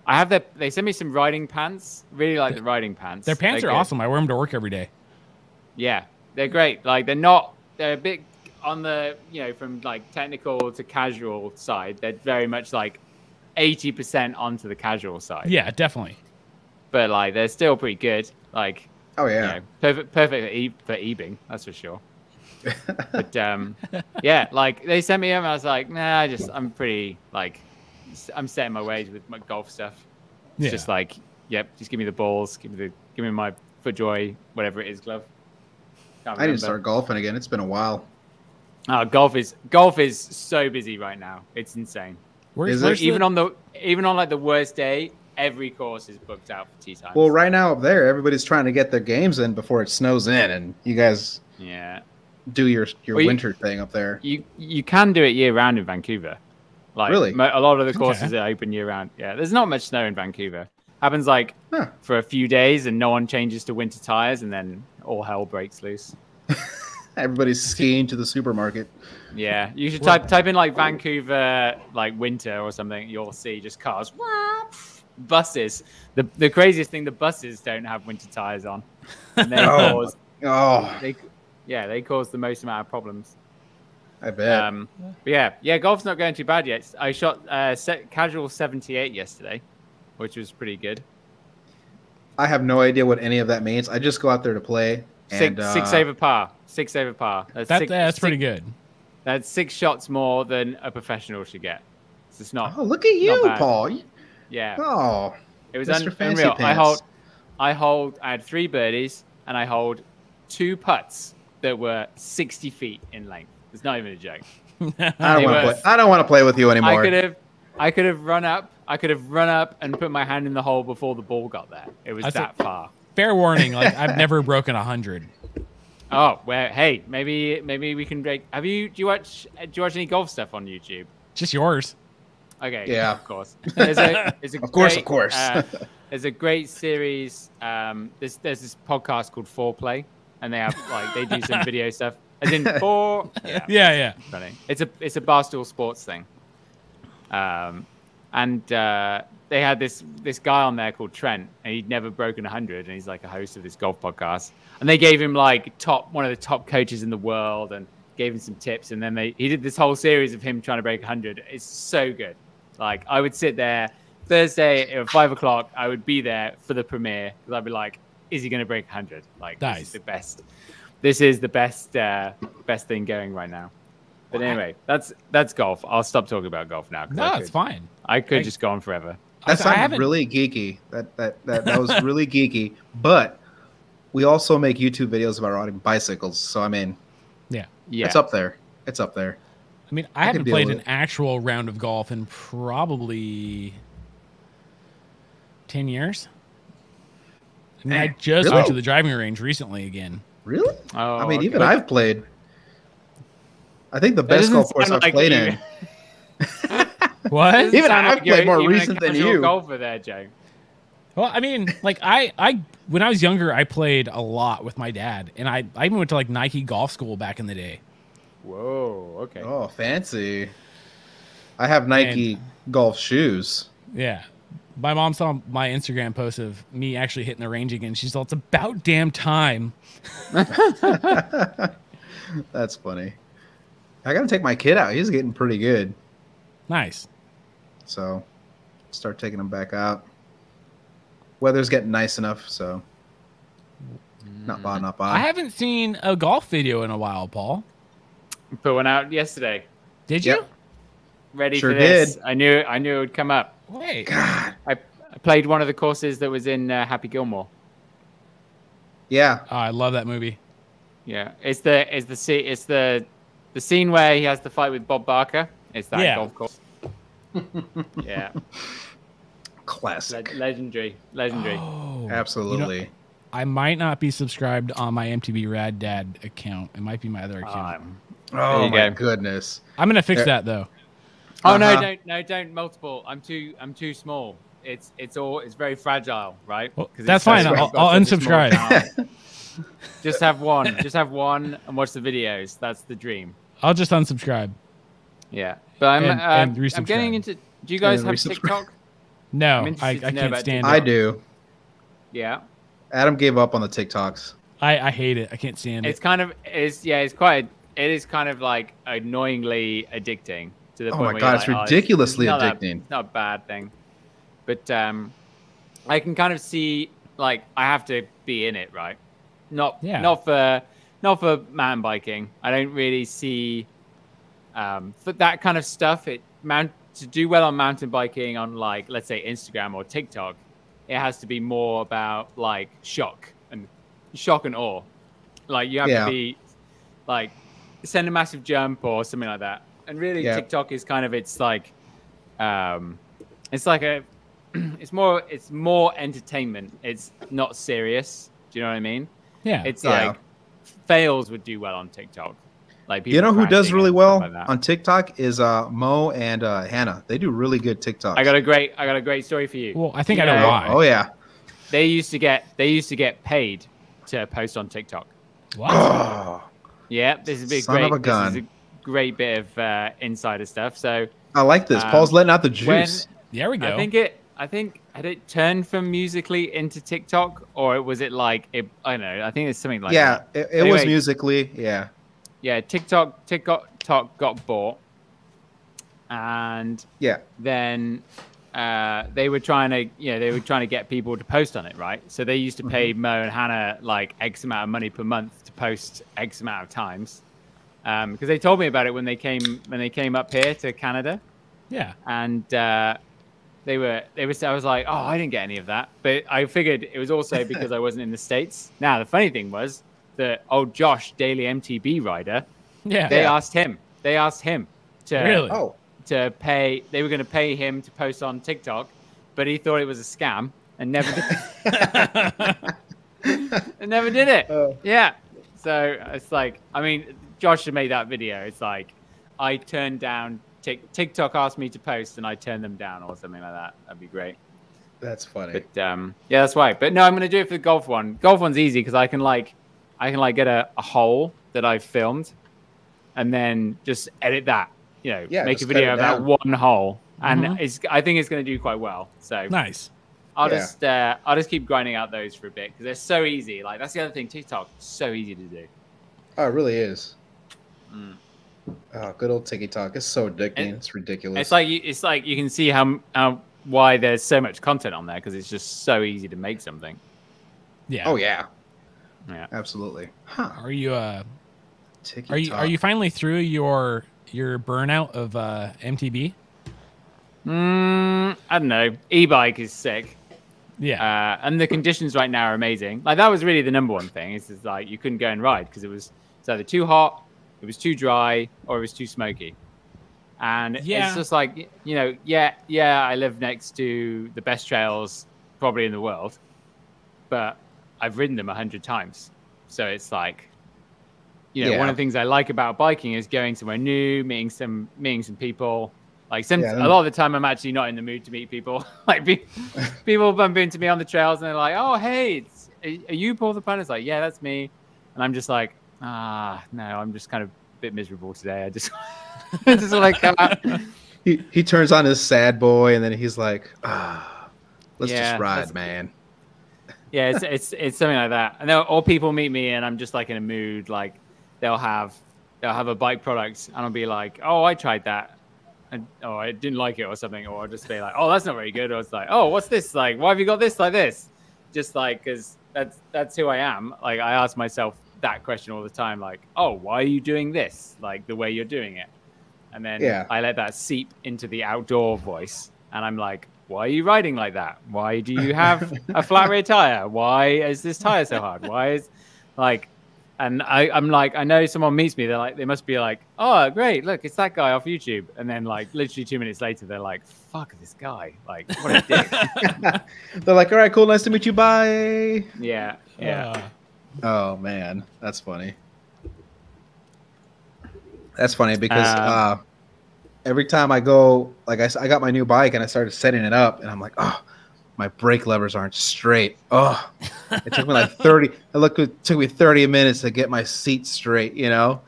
[SPEAKER 3] I have their. They sent me some riding pants. Really like the riding pants.
[SPEAKER 1] Their pants
[SPEAKER 3] They're
[SPEAKER 1] are
[SPEAKER 3] good.
[SPEAKER 1] awesome. I wear them to work every day.
[SPEAKER 3] Yeah, they're great. Like they're not. They're a bit on the you know from like technical to casual side. They're very much like eighty percent onto the casual side.
[SPEAKER 1] Yeah, definitely.
[SPEAKER 3] But like they're still pretty good. Like
[SPEAKER 2] Oh
[SPEAKER 3] you
[SPEAKER 2] yeah.
[SPEAKER 3] know, perfect perfect for, e- for Ebing, that's for sure. but um, yeah, like they sent me them, and I was like, nah, I just I'm pretty like s- I'm setting my ways with my golf stuff. It's
[SPEAKER 1] Yeah.
[SPEAKER 3] just like, yep, just give me the balls, give me the give me my FootJoy, whatever it is, glove. Can't
[SPEAKER 2] I need to
[SPEAKER 3] remember.
[SPEAKER 2] start golfing again. It's been a while.
[SPEAKER 3] Oh, golf is golf is so busy right now. It's insane.
[SPEAKER 1] Where's,
[SPEAKER 2] Is it?
[SPEAKER 1] where's
[SPEAKER 3] Even
[SPEAKER 1] the-
[SPEAKER 3] on the even on like the worst day, every course is booked out for tea time.
[SPEAKER 2] Well, right now up there, everybody's trying to get their games in before it snows in, and you guys
[SPEAKER 3] yeah.
[SPEAKER 2] do your your
[SPEAKER 3] Well, you-
[SPEAKER 2] winter thing up there.
[SPEAKER 3] you you can do it year round in Vancouver. Like
[SPEAKER 2] Really?
[SPEAKER 3] mo- a lot of the
[SPEAKER 1] Okay.
[SPEAKER 3] courses are open year round. Yeah, there's not much snow in Vancouver. Happens like
[SPEAKER 2] Huh.
[SPEAKER 3] for a few days, and no one changes to winter tires, and then all hell breaks loose.
[SPEAKER 2] Everybody's skiing to the supermarket.
[SPEAKER 3] Yeah, you should
[SPEAKER 1] Well-
[SPEAKER 3] type type in like Vancouver like winter or something. You'll see just cars, buses. The the craziest thing, the buses don't have winter tires on. And they
[SPEAKER 2] Oh.
[SPEAKER 3] cause
[SPEAKER 2] Oh,
[SPEAKER 3] they yeah they cause the most amount of problems.
[SPEAKER 2] I bet.
[SPEAKER 3] Um, but yeah, yeah, golf's not going too bad yet. I shot uh, set casual 78 yesterday, which was pretty good.
[SPEAKER 2] I have no idea what any of that means. I just go out there to play.
[SPEAKER 3] Six,
[SPEAKER 2] And, uh,
[SPEAKER 3] six over par. Six over par. That's,
[SPEAKER 1] that,
[SPEAKER 3] six,
[SPEAKER 1] that's
[SPEAKER 3] six-
[SPEAKER 1] pretty good.
[SPEAKER 3] That's six shots more than a professional should get. So it's not.
[SPEAKER 2] Oh, look at you,
[SPEAKER 3] bad.
[SPEAKER 2] Paul. You-
[SPEAKER 3] Yeah,
[SPEAKER 2] Oh,
[SPEAKER 3] it was
[SPEAKER 2] Mr.
[SPEAKER 3] un-
[SPEAKER 2] Fancy
[SPEAKER 3] unreal. I
[SPEAKER 2] Pants.
[SPEAKER 3] hold, I hold. I had three birdies and I hold two putts that were 60 feet in length. It's not even a joke.
[SPEAKER 2] I don't
[SPEAKER 3] They
[SPEAKER 2] want to
[SPEAKER 3] were-
[SPEAKER 2] play. I don't want to play with you
[SPEAKER 3] I
[SPEAKER 2] anymore.
[SPEAKER 3] could have, I could have run up. I could have run up and put my hand in the hole before the ball got there. It was
[SPEAKER 1] That's a-
[SPEAKER 3] that far.
[SPEAKER 1] Fair warning, like I've never broken a hundred.
[SPEAKER 3] Oh well, hey, maybe maybe we can break. Have you do you watch uh, do you watch any golf stuff on YouTube?
[SPEAKER 1] Just yours.
[SPEAKER 3] Okay,
[SPEAKER 2] Yeah.
[SPEAKER 3] of course. There's a, there's a
[SPEAKER 2] Of course,
[SPEAKER 3] great,
[SPEAKER 2] of course.
[SPEAKER 3] uh, there's a great series. Um, there's there's this podcast called Foreplay, and they have like they do some video stuff. As in four, yeah,
[SPEAKER 1] Yeah, yeah.
[SPEAKER 3] funny. It's a it's a barstool sports thing. Um, and uh, they had this this guy on there called Trent, and he'd never broken hundred, and he's like a host of this golf podcast. And they gave him like top one of the top coaches in the world, and gave him some tips. And then they he did this whole series of him trying to break hundred. It's so good. Like I would sit there Thursday at five o'clock. I would be there for the premiere because I'd be like, "Is he going to break hundred? Like this
[SPEAKER 1] Nice.
[SPEAKER 3] is the best. This is the best uh, best thing going right now." But anyway, that's that's golf. I'll stop talking about golf now. 'cause
[SPEAKER 1] No,
[SPEAKER 3] I
[SPEAKER 1] it's
[SPEAKER 3] could-
[SPEAKER 1] fine.
[SPEAKER 3] I could
[SPEAKER 1] I-
[SPEAKER 3] just go on forever.
[SPEAKER 1] I-
[SPEAKER 2] That
[SPEAKER 1] I
[SPEAKER 2] sounded
[SPEAKER 1] haven't-
[SPEAKER 2] really geeky. That that that, that was really geeky. But we also make YouTube videos about riding bicycles. So I mean,
[SPEAKER 3] Yeah.
[SPEAKER 2] it's up there. It's up there.
[SPEAKER 1] I mean, I,
[SPEAKER 2] I can
[SPEAKER 1] haven't
[SPEAKER 2] deal
[SPEAKER 1] played
[SPEAKER 2] with
[SPEAKER 1] an
[SPEAKER 2] it.
[SPEAKER 1] actual round of golf in probably ten years. I mean, I
[SPEAKER 2] Eh,
[SPEAKER 1] just went
[SPEAKER 2] really?
[SPEAKER 1] to the driving range recently again.
[SPEAKER 2] Really?
[SPEAKER 3] Oh,
[SPEAKER 2] I mean,
[SPEAKER 3] okay.
[SPEAKER 2] even I've played. I think the
[SPEAKER 3] That
[SPEAKER 2] best
[SPEAKER 3] doesn't
[SPEAKER 2] golf course
[SPEAKER 3] sound
[SPEAKER 2] I've
[SPEAKER 3] like
[SPEAKER 2] played
[SPEAKER 3] you.
[SPEAKER 2] in.
[SPEAKER 1] What?
[SPEAKER 3] Doesn't
[SPEAKER 2] Even
[SPEAKER 3] sound
[SPEAKER 2] I've
[SPEAKER 3] you're
[SPEAKER 2] played more
[SPEAKER 3] even a
[SPEAKER 2] recent than
[SPEAKER 3] casual
[SPEAKER 2] you.
[SPEAKER 3] Golfer there, Joe.
[SPEAKER 1] Well, I mean, like I, I when I was younger, I played a lot with my dad, and I, I even went to like Nike golf school back in the day.
[SPEAKER 3] Whoa. Okay.
[SPEAKER 2] Oh, fancy! I have Nike golf shoes.
[SPEAKER 1] Yeah. My mom saw my Instagram post of me actually hitting the range again. She's all, it's about damn time.
[SPEAKER 2] That's funny. I gotta take my kid out. He's getting pretty good,
[SPEAKER 1] Nice.
[SPEAKER 2] so start taking him back out. Weather's getting nice enough, so
[SPEAKER 3] Mm.
[SPEAKER 2] not bad, not bad.
[SPEAKER 1] I haven't seen a golf video in a while, Paul.
[SPEAKER 3] Put one out yesterday.
[SPEAKER 1] Did you?
[SPEAKER 2] Yep.
[SPEAKER 3] Ready
[SPEAKER 2] Sure
[SPEAKER 3] for this?
[SPEAKER 2] did.
[SPEAKER 3] I knew. I knew it would come up.
[SPEAKER 1] Wait. Oh,
[SPEAKER 2] God,
[SPEAKER 3] I, I played one of the courses that was in uh, Happy Gilmore.
[SPEAKER 2] yeah,
[SPEAKER 1] Oh, I love that movie.
[SPEAKER 3] Yeah. It's the it's the scene it's the the scene where he has the fight with Bob Barker. It's that
[SPEAKER 1] Yeah.
[SPEAKER 3] golf course. yeah.
[SPEAKER 2] classic.
[SPEAKER 3] Le- legendary. Legendary.
[SPEAKER 1] Oh.
[SPEAKER 2] Absolutely.
[SPEAKER 1] You know, I might not be subscribed on my MTV Rad Dad account. It might be my other account.
[SPEAKER 3] Um,
[SPEAKER 2] Oh
[SPEAKER 3] you
[SPEAKER 2] my
[SPEAKER 3] go.
[SPEAKER 2] goodness.
[SPEAKER 1] I'm gonna fix
[SPEAKER 2] there-
[SPEAKER 1] that though.
[SPEAKER 3] oh no,
[SPEAKER 2] Uh-huh.
[SPEAKER 3] don't no, don't multiple. I'm too I'm too small. It's it's all it's very fragile, right?
[SPEAKER 1] Well,
[SPEAKER 3] 'Cause it's
[SPEAKER 1] that's
[SPEAKER 3] so
[SPEAKER 1] fine.
[SPEAKER 3] small.
[SPEAKER 1] I'll-
[SPEAKER 3] You've got
[SPEAKER 1] I'll
[SPEAKER 3] such a small
[SPEAKER 1] unsubscribe.
[SPEAKER 3] channel. just have one. Just have one and watch the videos. That's the dream.
[SPEAKER 1] I'll just unsubscribe.
[SPEAKER 3] Yeah, but I'm
[SPEAKER 1] And-
[SPEAKER 3] um,
[SPEAKER 1] and
[SPEAKER 3] I'm
[SPEAKER 1] resubscribe.
[SPEAKER 3] getting into. Do you guys
[SPEAKER 2] And
[SPEAKER 3] have
[SPEAKER 2] resubscribe.
[SPEAKER 3] TikTok? I'm
[SPEAKER 1] No, I, I
[SPEAKER 3] interested to know
[SPEAKER 1] can't
[SPEAKER 3] about
[SPEAKER 1] stand
[SPEAKER 2] I
[SPEAKER 1] it.
[SPEAKER 2] do.
[SPEAKER 3] Yeah,
[SPEAKER 2] Adam gave up on the TikToks.
[SPEAKER 1] I, I hate it. I can't stand
[SPEAKER 3] it's
[SPEAKER 1] it.
[SPEAKER 3] kind of it's yeah it's quite it is kind of like annoyingly addicting to the
[SPEAKER 2] Oh
[SPEAKER 3] point
[SPEAKER 2] my
[SPEAKER 3] where
[SPEAKER 2] God,
[SPEAKER 3] you're
[SPEAKER 2] it's
[SPEAKER 3] like, "Oh,
[SPEAKER 2] ridiculously
[SPEAKER 3] not that-
[SPEAKER 2] addicting."
[SPEAKER 3] it's not a bad thing, but um, I can kind of see like I have to be in it, right? Not
[SPEAKER 1] Yeah.
[SPEAKER 3] not for not for mountain biking. I don't really see um for that kind of stuff. It mount to do well on mountain biking on like let's say Instagram or TikTok, it has to be more about like shock and shock and awe. Like you have
[SPEAKER 2] Yeah.
[SPEAKER 3] to be like send a massive jump or something like that. And really
[SPEAKER 2] Yeah.
[SPEAKER 3] TikTok is kind of it's like um it's like a it's more it's more entertainment. It's not serious. Do you know what I mean?
[SPEAKER 1] Yeah.
[SPEAKER 3] It's
[SPEAKER 2] Yeah.
[SPEAKER 3] like fails would do well on TikTok. Like people
[SPEAKER 2] you know who does
[SPEAKER 3] crashing
[SPEAKER 2] really
[SPEAKER 3] and stuff
[SPEAKER 2] well
[SPEAKER 3] like that.
[SPEAKER 2] on TikTok is uh, Mo and uh, Hannah. They do really good TikToks.
[SPEAKER 3] I got a great I got a great story for you.
[SPEAKER 1] well, I think I
[SPEAKER 3] you
[SPEAKER 1] know
[SPEAKER 3] know-
[SPEAKER 1] why.
[SPEAKER 2] Oh yeah.
[SPEAKER 3] they used to get they used to get paid to post on TikTok.
[SPEAKER 1] What?
[SPEAKER 3] Yeah, this is a big
[SPEAKER 2] Son
[SPEAKER 3] great
[SPEAKER 2] of a gun.
[SPEAKER 3] this is a great bit of uh, insider stuff. So
[SPEAKER 2] I like this.
[SPEAKER 3] Um,
[SPEAKER 2] Paul's letting out the
[SPEAKER 3] when
[SPEAKER 2] juice.
[SPEAKER 1] There we go.
[SPEAKER 3] I think it I think had it turned from Musically into TikTok or was it like it, I don't know, I think it's something like
[SPEAKER 2] yeah,
[SPEAKER 3] that.
[SPEAKER 2] it, it was
[SPEAKER 3] Anyway.
[SPEAKER 2] musically. Yeah.
[SPEAKER 3] Yeah, TikTok TikTok TikTok got bought and
[SPEAKER 2] Yeah.
[SPEAKER 3] then uh, they were trying to, you know, they were trying to get people to post on it, right? So they used to pay Mo and Hannah like X amount of money per month to post X amount of times, because they told me about it when they came when they came up here to Canada,
[SPEAKER 1] yeah.
[SPEAKER 3] and uh, they were they were. I was like, oh, I didn't get any of that, but I figured it was also because I wasn't in the states. Now the funny thing was that old Josh, Daily MTB rider,
[SPEAKER 1] Yeah.
[SPEAKER 3] they
[SPEAKER 2] Yeah.
[SPEAKER 3] asked him, they asked him to
[SPEAKER 1] Really?
[SPEAKER 2] Oh.
[SPEAKER 3] to pay they were going to pay him to post on TikTok, but he thought it was a scam and never did, and never did it.
[SPEAKER 2] Oh.
[SPEAKER 3] yeah. So it's like I mean Josh had made that video. It's like I turned down Tik TikTok asked me to post and I turned them down or something like that. That'd be great.
[SPEAKER 2] That's funny.
[SPEAKER 3] But um, yeah, that's why. But no, I'm gonna do it for the golf one. Golf one's easy because I can like, I can like get a, a hole that I've filmed, and then just edit that. You know,
[SPEAKER 2] Yeah,
[SPEAKER 3] make a
[SPEAKER 2] just cut it
[SPEAKER 3] video of that
[SPEAKER 2] down.
[SPEAKER 3] one hole, and
[SPEAKER 1] Mhm.
[SPEAKER 3] it's. I think it's gonna do quite well. So
[SPEAKER 1] Nice.
[SPEAKER 3] I'll
[SPEAKER 2] Yeah.
[SPEAKER 3] just uh, I'll just keep grinding out those for a bit because they're so easy. Like that's the other thing, TikTok so easy to do.
[SPEAKER 2] Oh, it really is.
[SPEAKER 3] Mm.
[SPEAKER 2] Oh, good old TikTok. It's so addicting.
[SPEAKER 3] It-
[SPEAKER 2] it's ridiculous.
[SPEAKER 3] It's like you, it's like you can see how how why there's so much content on there because it's just so easy to make something.
[SPEAKER 1] Yeah.
[SPEAKER 2] oh yeah.
[SPEAKER 3] Yeah.
[SPEAKER 2] Absolutely. Huh.
[SPEAKER 1] Are you uh
[SPEAKER 2] TikTok.
[SPEAKER 1] are you are you finally through your your burnout of uh MTB?
[SPEAKER 3] Mm, I don't know. E-bike is sick.
[SPEAKER 1] Yeah.
[SPEAKER 3] uh, and the conditions right now are amazing. Like that was really the number one thing. Is is like you couldn't go and ride because it was it's either too hot, it was too dry, or it was too smoky. And
[SPEAKER 1] Yeah.
[SPEAKER 3] it's just like you know, yeah, yeah, I live next to the best trails probably in the world, but I've ridden them a hundred times, so it's like. You know,
[SPEAKER 2] Yeah.
[SPEAKER 3] one of the things I like about biking is going somewhere new, meeting some meeting some people. Like some
[SPEAKER 2] Yeah,
[SPEAKER 3] a lot of the time, I'm actually not in the mood to meet people. like be, people bump into me on the trails and they're like, "Oh, hey, it's, are you Paul the Pun?" It's like, "Yeah, that's me," and I'm just like, "Ah, no, I'm just kind of a bit miserable today. I just, I just want to come out."
[SPEAKER 2] He, he turns on his sad boy, and then he's like, ah, let's
[SPEAKER 3] Yeah,
[SPEAKER 2] just ride,
[SPEAKER 3] that's-
[SPEAKER 2] man.
[SPEAKER 3] Yeah, it's it's it's something like that. And then all people meet me and I'm just like in a mood like they'll have they'll have a bike product and I'll be like, "Oh, I tried that." And, or I didn't like it or something, or I'll just be like, oh, that's not very good. Or it's like, oh, what's this? Like, why have you got this like this? Just like, because that's that's who I am. Like, I ask myself that question all the time, like, oh, why are you doing this? Like, the way you're doing it. And then
[SPEAKER 2] Yeah.
[SPEAKER 3] I let that seep into the outdoor voice. And I'm like, why are you riding like that? Why do you have a flat rear tire? Why is this tire so hard? Why is like, And I, I'm like, I know someone meets me. They're like, they must be like, oh, great, look, it's that guy off YouTube. And then, like, literally two minutes later, they're like, fuck this guy. Like, what a dick.
[SPEAKER 2] They're like, all right, cool, nice to meet you, bye.
[SPEAKER 3] yeah. Yeah.
[SPEAKER 1] Uh,
[SPEAKER 2] Oh man, that's funny. That's funny because
[SPEAKER 3] Um,
[SPEAKER 2] uh, every time I go, like I, s- I got my new bike and I started setting it up, and I'm like, oh, my brake levers aren't straight. Oh, it took me like 30. It look, it took me 30 minutes to get my seat straight. You know,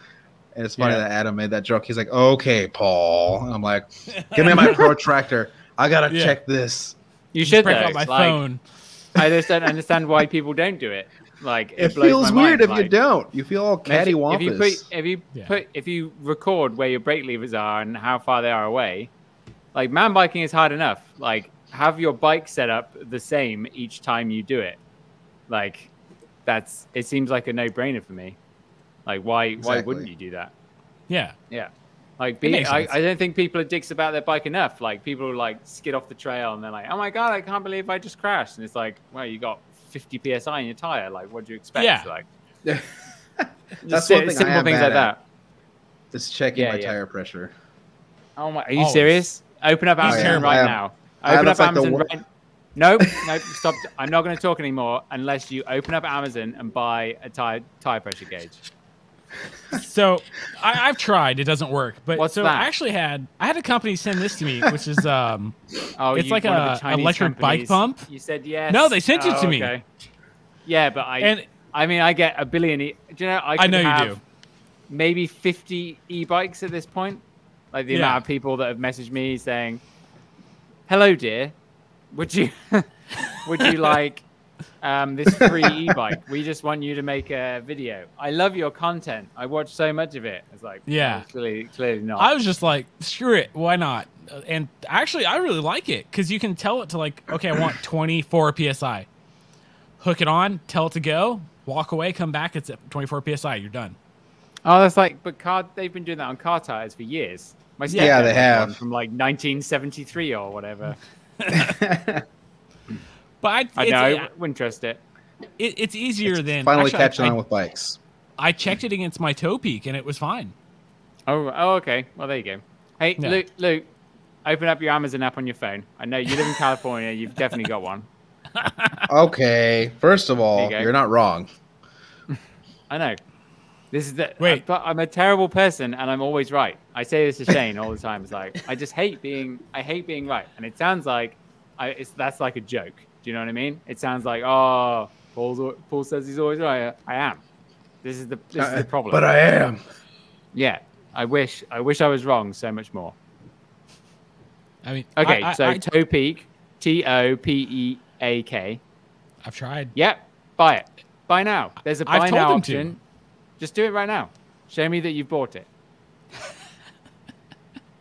[SPEAKER 2] and it's funny
[SPEAKER 1] Yeah.
[SPEAKER 2] that Adam made that joke. He's like, okay, Paul. And I'm like, give me my protractor. I gotta
[SPEAKER 1] Yeah.
[SPEAKER 2] check this.
[SPEAKER 3] You should,
[SPEAKER 1] break
[SPEAKER 3] though.
[SPEAKER 1] out my
[SPEAKER 3] It's like,
[SPEAKER 1] phone.
[SPEAKER 3] I just don't understand why people don't do it. Like,
[SPEAKER 2] It,
[SPEAKER 3] it, blows
[SPEAKER 2] feels
[SPEAKER 3] my
[SPEAKER 2] weird if
[SPEAKER 3] mind. like,
[SPEAKER 2] you don't. You feel all
[SPEAKER 3] If you-
[SPEAKER 2] cattywampus.
[SPEAKER 3] If you put, if you
[SPEAKER 1] Yeah.
[SPEAKER 3] put, if you record where your brake levers are and how far they are away, like man biking is hard enough. Like have your bike set up the same each time you do it. Like that's it seems like a no brainer for me. Like why why wouldn't
[SPEAKER 2] Exactly.
[SPEAKER 3] you do that?
[SPEAKER 1] Yeah.
[SPEAKER 3] Yeah. Like be,
[SPEAKER 1] makes
[SPEAKER 3] I,
[SPEAKER 1] sense.
[SPEAKER 3] I don't think people are dicks about their bike enough. Like people like skid off the trail and they're like, oh my god, I can't believe I just crashed. And it's like, well, you got 50 psi in your tire. Like what do you expect?
[SPEAKER 1] Yeah.
[SPEAKER 3] Like
[SPEAKER 2] That's
[SPEAKER 3] si-
[SPEAKER 2] one thing I
[SPEAKER 3] simple
[SPEAKER 2] am
[SPEAKER 3] things
[SPEAKER 2] bad
[SPEAKER 3] like
[SPEAKER 2] at.
[SPEAKER 3] that.
[SPEAKER 2] Just checking
[SPEAKER 3] Yeah,
[SPEAKER 2] my
[SPEAKER 3] yeah.
[SPEAKER 2] tire pressure.
[SPEAKER 3] Oh my! Are you
[SPEAKER 1] Always.
[SPEAKER 3] serious? Open up
[SPEAKER 1] He's
[SPEAKER 3] Amazon
[SPEAKER 1] terrible.
[SPEAKER 2] I
[SPEAKER 3] right
[SPEAKER 2] am-
[SPEAKER 3] now.
[SPEAKER 2] I am-
[SPEAKER 3] Open up
[SPEAKER 2] that's like the
[SPEAKER 3] Amazon.
[SPEAKER 2] wor-
[SPEAKER 3] right... Nope, nope. Stop. I'm not going to talk anymore unless you open up Amazon and buy a tire tire pressure gauge.
[SPEAKER 1] So I, I've tried. It doesn't work. But
[SPEAKER 3] What's
[SPEAKER 1] so
[SPEAKER 3] that?
[SPEAKER 1] I actually had I had a company send this to me, which is um
[SPEAKER 3] Oh,
[SPEAKER 1] It's
[SPEAKER 3] you,
[SPEAKER 1] like
[SPEAKER 3] one of
[SPEAKER 1] a
[SPEAKER 3] the Chinese
[SPEAKER 1] electric bike
[SPEAKER 3] companies.
[SPEAKER 1] pump.
[SPEAKER 3] You said yes. Oh,
[SPEAKER 1] No, they sent it to me.
[SPEAKER 3] Yeah, but I.
[SPEAKER 1] and
[SPEAKER 3] I mean, I get a billion. E- do you know? I,
[SPEAKER 1] I
[SPEAKER 3] could
[SPEAKER 1] know you
[SPEAKER 3] have
[SPEAKER 1] do.
[SPEAKER 3] Maybe 50 e-bikes at this point. Like the
[SPEAKER 1] Yeah.
[SPEAKER 3] amount of people that have messaged me saying, "Hello, dear, would you would you like um, this free e-bike? We just want you to make a video. I love your content. I watch so much of it. It's like,
[SPEAKER 1] Yeah.
[SPEAKER 3] oh, clearly, clearly not.
[SPEAKER 1] I was just like, screw it, why not? Uh, And actually, I really like it because you can tell it to like, okay, I want 24 psi. Hook it on, tell it to go, walk away, come back. It's at 24 psi. You're done.
[SPEAKER 3] oh, that's like, but car. They've been doing that on car tires for years. My
[SPEAKER 2] Yeah,
[SPEAKER 3] stepdad
[SPEAKER 2] they
[SPEAKER 3] had one
[SPEAKER 2] have.
[SPEAKER 3] from like 1973 or whatever.
[SPEAKER 1] But I,
[SPEAKER 3] I
[SPEAKER 1] it's,
[SPEAKER 3] know.
[SPEAKER 1] it-
[SPEAKER 3] wouldn't trust it.
[SPEAKER 1] It, it's easier than
[SPEAKER 2] Finally
[SPEAKER 1] actually, I-
[SPEAKER 2] catching
[SPEAKER 1] I,
[SPEAKER 2] on with bikes.
[SPEAKER 1] I checked it against my toe peak and it was fine.
[SPEAKER 3] Oh, oh, okay. Well, there you go. Hey,
[SPEAKER 1] Yeah.
[SPEAKER 3] Luke, Luke, open up your Amazon app on your phone. I know you live in California. You've definitely got one.
[SPEAKER 2] Okay, first of all,
[SPEAKER 3] you
[SPEAKER 2] you
[SPEAKER 3] go.
[SPEAKER 2] are not wrong.
[SPEAKER 3] I know. This is the
[SPEAKER 1] Wait.
[SPEAKER 3] But I'm a terrible person, and I'm always right. I say this to Shane all the time. It's like I just hate being. I hate being right, and it sounds like, I, it's that's like a joke. Do you know what I mean? It sounds like oh, Paul's, al- Paul says he's always right. I am. This is the this is the problem.
[SPEAKER 2] Uh, But I am.
[SPEAKER 3] yeah, I wish I wish I was wrong so much more.
[SPEAKER 1] I mean,
[SPEAKER 3] Okay,
[SPEAKER 1] I, I,
[SPEAKER 3] so
[SPEAKER 1] I,
[SPEAKER 3] Toe Peak, T O P E A K.
[SPEAKER 1] have tried.
[SPEAKER 3] Yep, buy it. Buy now. There's a
[SPEAKER 1] I've
[SPEAKER 3] buy
[SPEAKER 1] told
[SPEAKER 3] now
[SPEAKER 1] them to.
[SPEAKER 3] option. Just do it right now. Show me that you've bought it.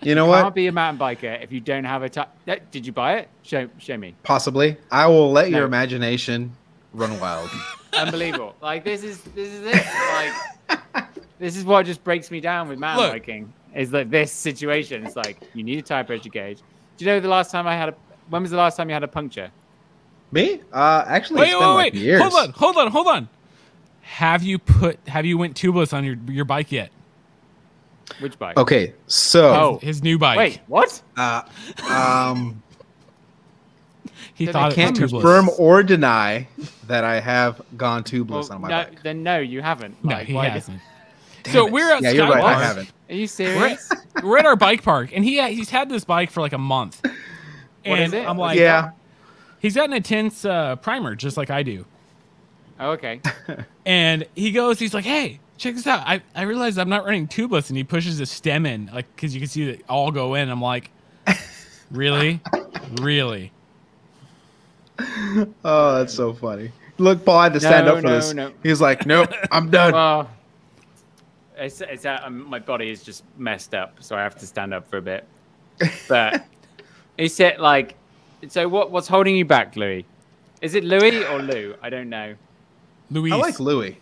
[SPEAKER 2] You know
[SPEAKER 3] Can't
[SPEAKER 2] what?
[SPEAKER 3] be a mountain biker if you don't have a time. Did you buy it? Show show me.
[SPEAKER 2] Possibly. I will let your
[SPEAKER 3] No.
[SPEAKER 2] imagination run wild.
[SPEAKER 3] Unbelievable. like this is this is it. Like this is what just breaks me down with mountain
[SPEAKER 1] Look.
[SPEAKER 3] biking. Is like this situation. It's like you need a tire pressure gauge. Do you know the last time I had a? When was the last time you had a puncture?
[SPEAKER 2] Me? Uh, actually, it's
[SPEAKER 1] Wait,
[SPEAKER 2] been
[SPEAKER 1] wait,
[SPEAKER 2] like
[SPEAKER 1] wait.
[SPEAKER 2] years.
[SPEAKER 1] Hold on, hold on, hold on. Have you put, have you went tubeless on your, your bike yet?
[SPEAKER 3] Which bike?
[SPEAKER 2] Okay, so
[SPEAKER 3] Oh.
[SPEAKER 1] His new bike.
[SPEAKER 3] Wait, what?
[SPEAKER 1] Oh.
[SPEAKER 2] uh, um,
[SPEAKER 1] he
[SPEAKER 3] Then
[SPEAKER 1] thought
[SPEAKER 3] I
[SPEAKER 1] it was
[SPEAKER 2] can't
[SPEAKER 1] tubeless.
[SPEAKER 2] confirm or deny that I have gone tubeless
[SPEAKER 3] Well,
[SPEAKER 2] on my
[SPEAKER 3] no,
[SPEAKER 2] bike.
[SPEAKER 3] then no, you haven't.
[SPEAKER 1] No,
[SPEAKER 3] Like,
[SPEAKER 1] he
[SPEAKER 3] why did-
[SPEAKER 1] hasn't. So
[SPEAKER 2] it.
[SPEAKER 1] we're at
[SPEAKER 2] Yeah,
[SPEAKER 1] Sky
[SPEAKER 2] you're right, I
[SPEAKER 1] Park.
[SPEAKER 2] haven't.
[SPEAKER 3] Are you
[SPEAKER 1] We're at,
[SPEAKER 3] serious?
[SPEAKER 1] we're at our bike park, and he he's had this bike for like a month.
[SPEAKER 3] What
[SPEAKER 1] and
[SPEAKER 3] is it?
[SPEAKER 1] I'm like,
[SPEAKER 2] yeah,
[SPEAKER 1] he's got an intense uh, primer, just like I do.
[SPEAKER 3] oh, okay.
[SPEAKER 1] And he goes, he's like, hey, check this out. I, I realized I'm not running tubeless, and he pushes his stem in, like, because you can see that all go in. I'm like, really, really.
[SPEAKER 2] oh, that's so funny. Look, Paul had to stand
[SPEAKER 3] No,
[SPEAKER 2] up for
[SPEAKER 3] no,
[SPEAKER 2] this.
[SPEAKER 3] no.
[SPEAKER 2] He's like, nope, I'm done.
[SPEAKER 3] Well, it's, it's uh, um, my body is just messed up, so I have to stand up for a bit. But he said, like, so what? What's holding you back, Louis? Is it Louis or Lou? I don't know.
[SPEAKER 1] Luis,
[SPEAKER 2] I like Louis.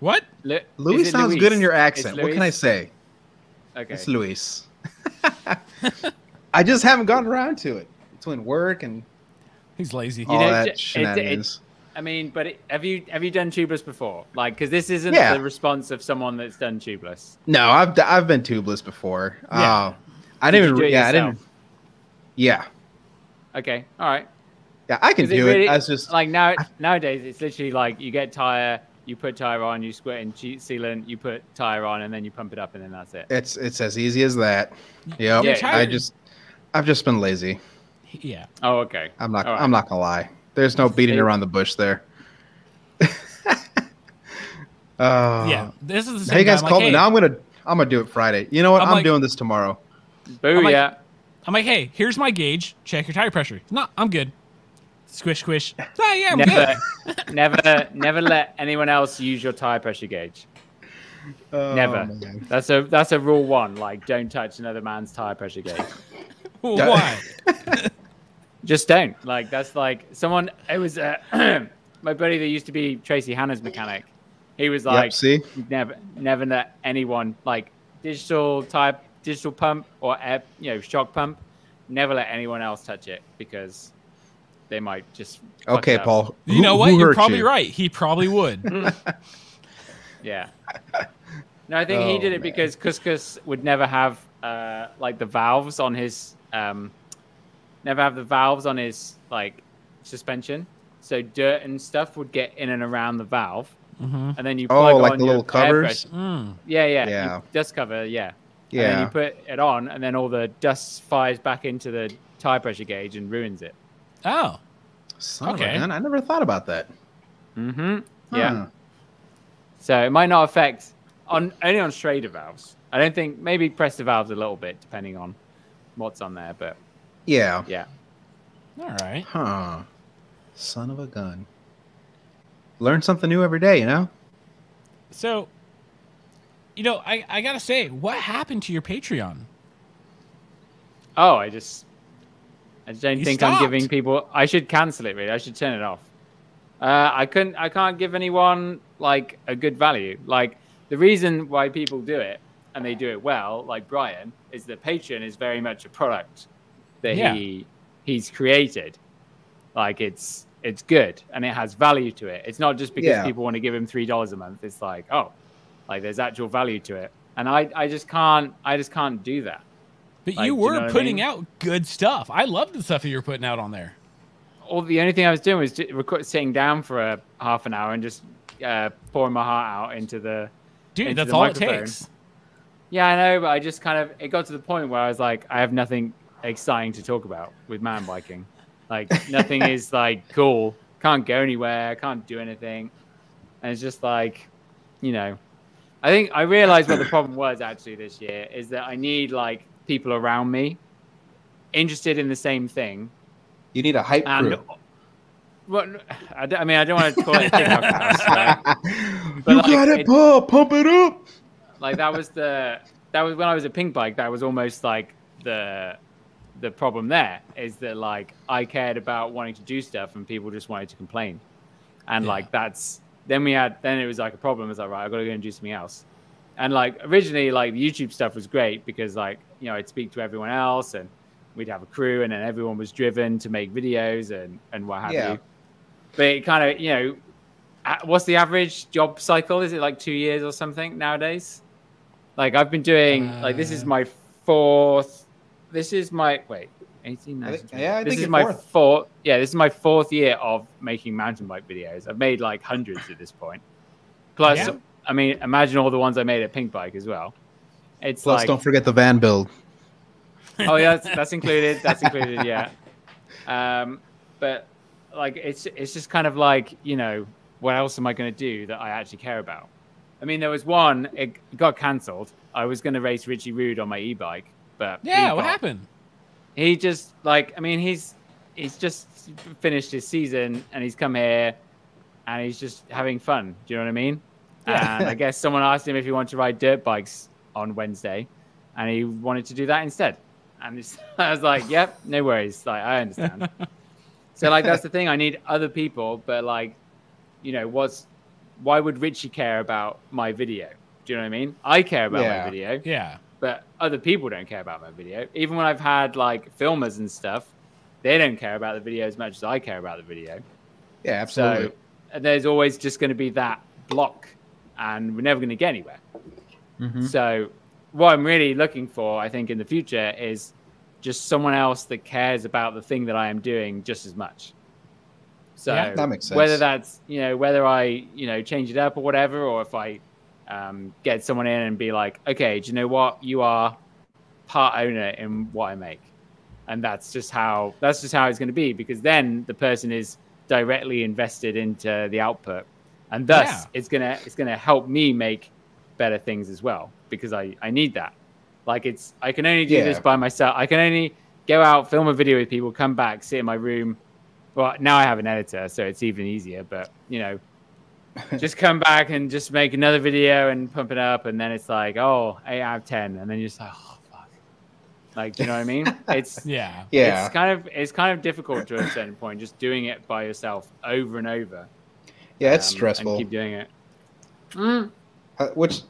[SPEAKER 1] what?
[SPEAKER 3] Lu-
[SPEAKER 2] Louis
[SPEAKER 3] is it
[SPEAKER 2] sounds
[SPEAKER 3] Luis?
[SPEAKER 2] good in your
[SPEAKER 3] It's
[SPEAKER 2] accent. What can I
[SPEAKER 3] Luis?
[SPEAKER 2] say?
[SPEAKER 3] Okay.
[SPEAKER 2] It's Luis. I just haven't gotten around to it between work and
[SPEAKER 1] He's lazy.
[SPEAKER 3] You
[SPEAKER 2] all
[SPEAKER 3] know,
[SPEAKER 2] that
[SPEAKER 3] j- it- it-
[SPEAKER 2] shenanigans.
[SPEAKER 3] I mean, but it, have you have you done tubeless before? Like, because this isn't
[SPEAKER 2] Yeah.
[SPEAKER 3] the response of someone that's done tubeless.
[SPEAKER 2] No, I've d- I've been tubeless before.
[SPEAKER 1] Yeah.
[SPEAKER 2] Uh, I
[SPEAKER 3] Did
[SPEAKER 2] didn't.
[SPEAKER 3] you
[SPEAKER 2] even
[SPEAKER 3] do it
[SPEAKER 2] yeah, I
[SPEAKER 3] yourself?
[SPEAKER 2] didn't. Yeah,
[SPEAKER 3] Okay, all right.
[SPEAKER 2] yeah, I can
[SPEAKER 3] 'Cause it
[SPEAKER 2] do it.
[SPEAKER 3] really-
[SPEAKER 2] That's just
[SPEAKER 3] Like now nowadays, it's literally like you get tire, you put tire on, you squirt in cheat sealant, you put tire on, and then you pump it up, and then that's it.
[SPEAKER 2] it's it's as easy as that. Yep.
[SPEAKER 3] you're
[SPEAKER 2] I
[SPEAKER 1] tired.
[SPEAKER 2] just I've just been lazy.
[SPEAKER 1] Yeah.
[SPEAKER 3] Oh, okay.
[SPEAKER 2] I'm not.
[SPEAKER 3] All right.
[SPEAKER 2] I'm not gonna lie. There's no beating
[SPEAKER 3] Hey.
[SPEAKER 2] around the bush there. uh,
[SPEAKER 1] yeah. This is the same
[SPEAKER 2] Hey guys,
[SPEAKER 1] guy. I'm
[SPEAKER 2] call
[SPEAKER 1] like,
[SPEAKER 2] me
[SPEAKER 1] hey,
[SPEAKER 2] now. I'm gonna I'm gonna do it Friday. You know what?
[SPEAKER 1] I'm
[SPEAKER 2] I'm,
[SPEAKER 1] like-
[SPEAKER 2] doing this tomorrow.
[SPEAKER 3] Boo,
[SPEAKER 1] I'm like-
[SPEAKER 3] yeah.
[SPEAKER 1] I'm like, hey, here's my gauge. Check your tire pressure. No, I'm good. Squish, squish. Oh, yeah, I'm
[SPEAKER 3] Never,
[SPEAKER 1] good.
[SPEAKER 3] never, never let anyone else use your tire pressure gauge.
[SPEAKER 2] Oh,
[SPEAKER 3] Never.
[SPEAKER 2] man.
[SPEAKER 3] That's a that's a rule one. Like, don't touch another man's tire pressure gauge.
[SPEAKER 1] Why?
[SPEAKER 3] Just don't. Like, that's like someone. It was uh, my buddy that used to be Tracy Hanna's mechanic. He was like,
[SPEAKER 2] Yep. See.
[SPEAKER 3] never never let anyone like digital type digital pump or air, you know shock pump never let anyone else touch it because they might just fuck
[SPEAKER 2] Okay,
[SPEAKER 3] it up.
[SPEAKER 2] Paul.
[SPEAKER 1] You
[SPEAKER 2] who-
[SPEAKER 1] know
[SPEAKER 2] who
[SPEAKER 1] what? You're
[SPEAKER 2] hurt
[SPEAKER 1] probably
[SPEAKER 2] you?
[SPEAKER 1] right. He probably would.
[SPEAKER 3] yeah no i think he
[SPEAKER 2] Oh,
[SPEAKER 3] did
[SPEAKER 2] man.
[SPEAKER 3] it because couscous would never have uh like the valves on his um never have the valves on his like suspension so dirt and stuff would get in and around the valve
[SPEAKER 1] Mhm.
[SPEAKER 3] and then you
[SPEAKER 2] Oh,
[SPEAKER 3] plug
[SPEAKER 2] like
[SPEAKER 3] on
[SPEAKER 2] the
[SPEAKER 3] your
[SPEAKER 2] little
[SPEAKER 3] air
[SPEAKER 2] covers?
[SPEAKER 3] pressure-
[SPEAKER 1] Mm.
[SPEAKER 3] yeah yeah you
[SPEAKER 2] Yeah.
[SPEAKER 3] dust cover yeah And then you
[SPEAKER 2] Yeah.
[SPEAKER 3] put it on, and then all the dust fires back into the tire pressure gauge and ruins it.
[SPEAKER 1] Oh,
[SPEAKER 2] Son of a
[SPEAKER 1] okay.
[SPEAKER 2] gun, I never thought about that.
[SPEAKER 3] Mm-hmm. Yeah.
[SPEAKER 2] Huh.
[SPEAKER 3] So it might not affect on only on Schrader valves. I don't think maybe press the valves a little bit depending on what's on there, but
[SPEAKER 2] Yeah.
[SPEAKER 3] yeah.
[SPEAKER 1] all right.
[SPEAKER 2] Huh. Son of a gun. Learn something new every day, you know?
[SPEAKER 1] So, you know, I, I gotta say, what happened to your Patreon?
[SPEAKER 3] Oh, I just I don't
[SPEAKER 1] You
[SPEAKER 3] think
[SPEAKER 1] stopped.
[SPEAKER 3] I'm giving people. I should cancel it. Really, I should turn it off. Uh, I couldn't. I can't give anyone like a good value. Like the reason why people do it and they do it well, like Brian, is that Patreon is very much a product that
[SPEAKER 1] Yeah.
[SPEAKER 3] he he's created. Like it's it's good and it has value to it. It's not just because
[SPEAKER 2] Yeah.
[SPEAKER 3] people want to give him three dollars a month. It's like oh, like there's actual value to it. And I I just can't I just can't do that.
[SPEAKER 1] But
[SPEAKER 3] Like,
[SPEAKER 1] you
[SPEAKER 3] do you
[SPEAKER 1] were
[SPEAKER 3] know what I
[SPEAKER 1] putting
[SPEAKER 3] mean?
[SPEAKER 1] out good stuff. I love the stuff that you're putting out on there.
[SPEAKER 3] all the only thing I was doing was ju- record, sitting down for a half an hour and just uh, pouring my heart out into the.
[SPEAKER 1] Dude,
[SPEAKER 3] Into
[SPEAKER 1] that's
[SPEAKER 3] the
[SPEAKER 1] all it
[SPEAKER 3] microphone.
[SPEAKER 1] takes.
[SPEAKER 3] Yeah, I know, but I just kind of it got to the point where I was like, I have nothing exciting to talk about with man biking. Like nothing is like cool. Can't go anywhere. Can't do anything. And it's just like, you know, I think I realized what the problem was actually this year is that I need like people around me interested in the same thing
[SPEAKER 2] You need a hype
[SPEAKER 3] and
[SPEAKER 2] crew.
[SPEAKER 3] well, n- I, d- I mean, I don't want to call it a TikTok house, but,
[SPEAKER 2] you
[SPEAKER 3] but, like,
[SPEAKER 2] got it,
[SPEAKER 3] it-
[SPEAKER 2] Paul. Pump it up.
[SPEAKER 3] like that was the that was when I was a pink bike. That was almost like the the problem there is that like I cared about wanting to do stuff and people just wanted to complain, and
[SPEAKER 1] Yeah.
[SPEAKER 3] like that's then we had then it was like a problem. It's like right, I got to go and do something else. And like originally, like the YouTube stuff was great because like you know I'd speak to everyone else and we'd have a crew and then everyone was driven to make videos and and what have
[SPEAKER 2] Yeah.
[SPEAKER 3] you. But it kind of you know, a- Uh, what's the average job cycle? Is it like two years or something nowadays? Like I've been doing like this is
[SPEAKER 1] Uh,
[SPEAKER 3] my fourth. This is my wait. 18,
[SPEAKER 2] I
[SPEAKER 3] 19,
[SPEAKER 2] think- yeah, I
[SPEAKER 3] this
[SPEAKER 2] think
[SPEAKER 3] is
[SPEAKER 2] your
[SPEAKER 3] my
[SPEAKER 2] fourth.
[SPEAKER 3] fourth. Yeah, this is my fourth year of making mountain bike videos. I've made like hundreds at this point. Plus,
[SPEAKER 1] Yeah.
[SPEAKER 3] I mean, imagine all the ones I made at Pink Bike as well. It's
[SPEAKER 2] Plus,
[SPEAKER 3] like,
[SPEAKER 2] don't forget the van build.
[SPEAKER 3] oh yeah, that's, that's included. That's included. Yeah. Um, but like, it's it's just kind of like you know, what else am I going to do that I actually care about? I mean, there was one. It got cancelled. I was going to race Richie Rude on my e-bike, but he
[SPEAKER 1] Yeah, what
[SPEAKER 3] got-
[SPEAKER 1] happened?
[SPEAKER 3] he just like I mean he's he's just finished his season and he's come here and he's just having fun. Do you know what I mean?
[SPEAKER 1] Yeah.
[SPEAKER 3] And I guess someone asked him if he wanted to ride dirt bikes on Wednesday, and he wanted to do that instead. And it's, I was like, "Yep, no worries. Like I understand." so like that's the thing. I need other people, but like, you know, what's why would Richie care about my video? Do you know what I mean? I care about
[SPEAKER 2] Yeah.
[SPEAKER 3] my video
[SPEAKER 1] Yeah.
[SPEAKER 3] but other people don't care about my video. Even when I've had like filmers and stuff, they don't care about the video as much as I care about the video.
[SPEAKER 2] Yeah, absolutely.
[SPEAKER 3] So and there's always just going to be that block, and we're never going to get anywhere. mm-hmm.
[SPEAKER 2] Mhm.
[SPEAKER 3] So, what I'm really looking for, I think, in the future is just someone else that cares about the thing that I am doing just as much. So
[SPEAKER 1] Yeah,
[SPEAKER 2] that makes
[SPEAKER 3] Whether
[SPEAKER 2] sense.
[SPEAKER 3] that's you know whether I you know change it up or whatever, or if I um, get someone in and be like, okay, do you know what? You are part owner in what I make, and that's just how that's just how it's going to be because then the person is directly invested into the output, and thus
[SPEAKER 1] Yeah.
[SPEAKER 3] it's gonna it's gonna help me make better things as well because I I need that. Like it's I can only do
[SPEAKER 2] Yeah.
[SPEAKER 3] this by myself. I can only go out, film a video with people, come back, sit in my room. Well, now I have an editor, so it's even easier. But you know, just come back and just make another video and pump it up, and then it's like, oh, eight out of ten, and then you're just like, oh fuck, like do you know what I mean? It's
[SPEAKER 1] Yeah.
[SPEAKER 2] Yeah.
[SPEAKER 3] it's kind of it's kind of difficult to a certain point, just doing it by yourself over and over.
[SPEAKER 2] Yeah, it's
[SPEAKER 3] um,
[SPEAKER 2] stressful.
[SPEAKER 3] And keep doing it. Mm,
[SPEAKER 2] Uh, which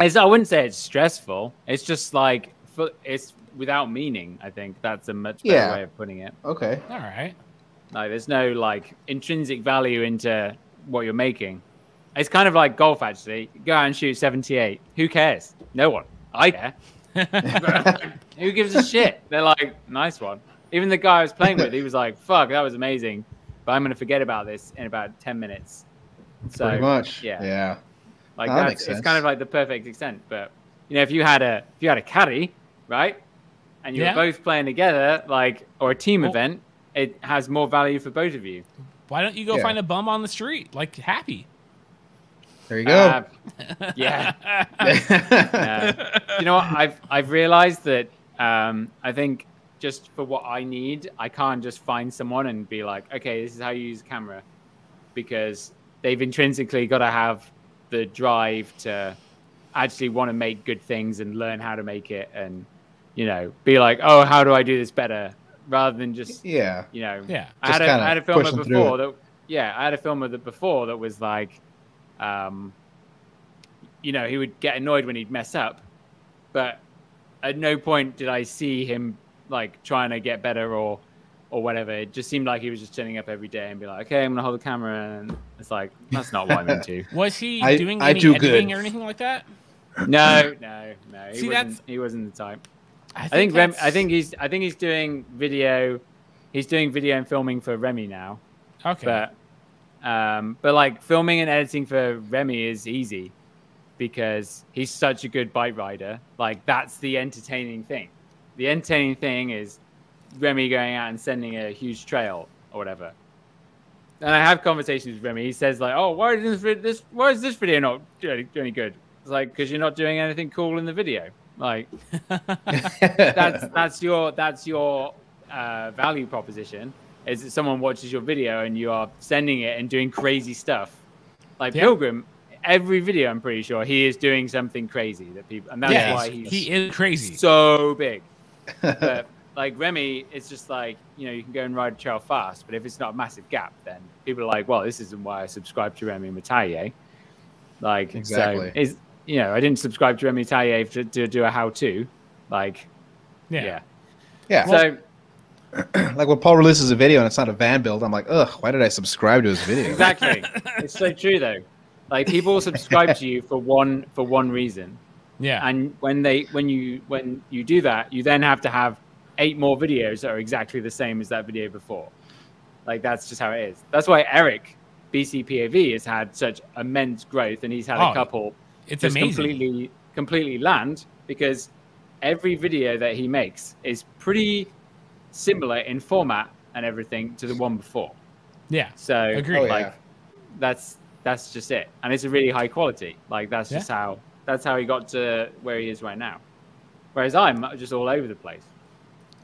[SPEAKER 3] it's, I wouldn't say it's stressful. It's just like fu- it's without meaning. I think that's a much better
[SPEAKER 2] Yeah.
[SPEAKER 3] way of putting it.
[SPEAKER 2] okay.
[SPEAKER 1] All right.
[SPEAKER 3] Like there's no like intrinsic value into what you're making. It's kind of like golf actually. Go out and shoot 78. Who cares? No one. I care. Who gives a shit? They're like, nice one. Even the guy I was playing with, he was like, fuck, that was amazing. But I'm gonna forget about this in about 10 minutes. So
[SPEAKER 2] Pretty much.
[SPEAKER 3] yeah.
[SPEAKER 2] Yeah.
[SPEAKER 3] like
[SPEAKER 2] That
[SPEAKER 3] that's
[SPEAKER 2] makes
[SPEAKER 3] it's
[SPEAKER 2] sense.
[SPEAKER 3] kind of like the perfect extent. But you know, if you had a if you had a caddy, right, and you
[SPEAKER 1] Yeah.
[SPEAKER 3] were both playing together, like or a team
[SPEAKER 1] Well-
[SPEAKER 3] event, it has more value for both of you.
[SPEAKER 1] Why don't you go
[SPEAKER 2] Yeah.
[SPEAKER 1] find a bum on the street like Happy?
[SPEAKER 2] There you go.
[SPEAKER 3] Uh, yeah.
[SPEAKER 2] yeah.
[SPEAKER 3] Uh, you know what? I've I've realized that um, I think just for what I need, I can't just find someone and be like, okay, this is how you use a camera, because they've intrinsically got to have the drive to actually want to make good things and learn how to make it, and you know, be like, oh, how do I do this better, rather than just you know,
[SPEAKER 1] Yeah.
[SPEAKER 3] I had,
[SPEAKER 2] Just
[SPEAKER 3] a,
[SPEAKER 2] kinda
[SPEAKER 3] I had a filmer
[SPEAKER 2] pushing through
[SPEAKER 3] before that, yeah, I had a filmer that before that was like, um, you know, he would get annoyed when he'd mess up, but at no point did I see him like trying to get better or, or whatever. It just seemed like he was just turning up every day and be like, okay, I'm gonna hold the camera, and it's like that's not what I'm into.
[SPEAKER 1] Was he
[SPEAKER 2] I-
[SPEAKER 1] doing
[SPEAKER 2] I
[SPEAKER 1] any
[SPEAKER 2] do
[SPEAKER 1] editing
[SPEAKER 2] good.
[SPEAKER 1] or anything like that?
[SPEAKER 3] no, no, no. He
[SPEAKER 1] See,
[SPEAKER 3] wasn't,
[SPEAKER 1] that's-
[SPEAKER 3] he wasn't the type. I think Rem, I think he's I think he's doing video, he's doing video and filming for Remy now.
[SPEAKER 1] Okay.
[SPEAKER 3] But um, but like filming and editing for Remy is easy because he's such a good bike rider. Like that's the entertaining thing. The entertaining thing is Remy going out and sending a huge trail or whatever. And I have conversations with Remy. He says like, "Oh, why is this vid- this why is this video not doing doing any good?" It's like because you're not doing anything cool in the video. Like that's that's your that's your uh, value proposition is that someone watches your video and you are sending it and doing crazy stuff like
[SPEAKER 1] Yeah.
[SPEAKER 3] pilgrim every video i'm pretty sure he is doing something crazy that people and that's
[SPEAKER 1] yeah,
[SPEAKER 3] why
[SPEAKER 1] he's-
[SPEAKER 3] he's
[SPEAKER 1] he is crazy.
[SPEAKER 3] so big but like remy it's just like you know you can go and ride a trail fast but if it's not a massive gap then people are like well this isn't why i subscribe to remy mataye like
[SPEAKER 2] Exactly.
[SPEAKER 3] so is you know i didn't subscribe to remy mataye to, to do a how-to like
[SPEAKER 1] yeah.
[SPEAKER 3] yeah.
[SPEAKER 2] yeah.
[SPEAKER 3] So
[SPEAKER 2] like when Paul releases a video and it's not a van build, I'm like, ugh, why did I subscribe to his video?
[SPEAKER 3] exactly, it's so true though. Like people subscribe to you for one for one reason,
[SPEAKER 1] Yeah.
[SPEAKER 3] and when they when you when you do that, you then have to have eight more videos that are exactly the same as that video before. Like that's just how it is. That's why Eric BCPAV has had such immense growth, and he's had
[SPEAKER 1] Oh,
[SPEAKER 3] a couple
[SPEAKER 1] it's
[SPEAKER 3] just
[SPEAKER 1] amazing.
[SPEAKER 3] completely completely land because every video that he makes is pretty similar in format and everything to the one before.
[SPEAKER 1] yeah.
[SPEAKER 3] So
[SPEAKER 1] Agreed.
[SPEAKER 2] Oh,
[SPEAKER 3] like
[SPEAKER 2] yeah.
[SPEAKER 3] that's that's just it. And it's a really high quality. Like that's just how that's how he got to where he is right now. Whereas I'm just all over the place.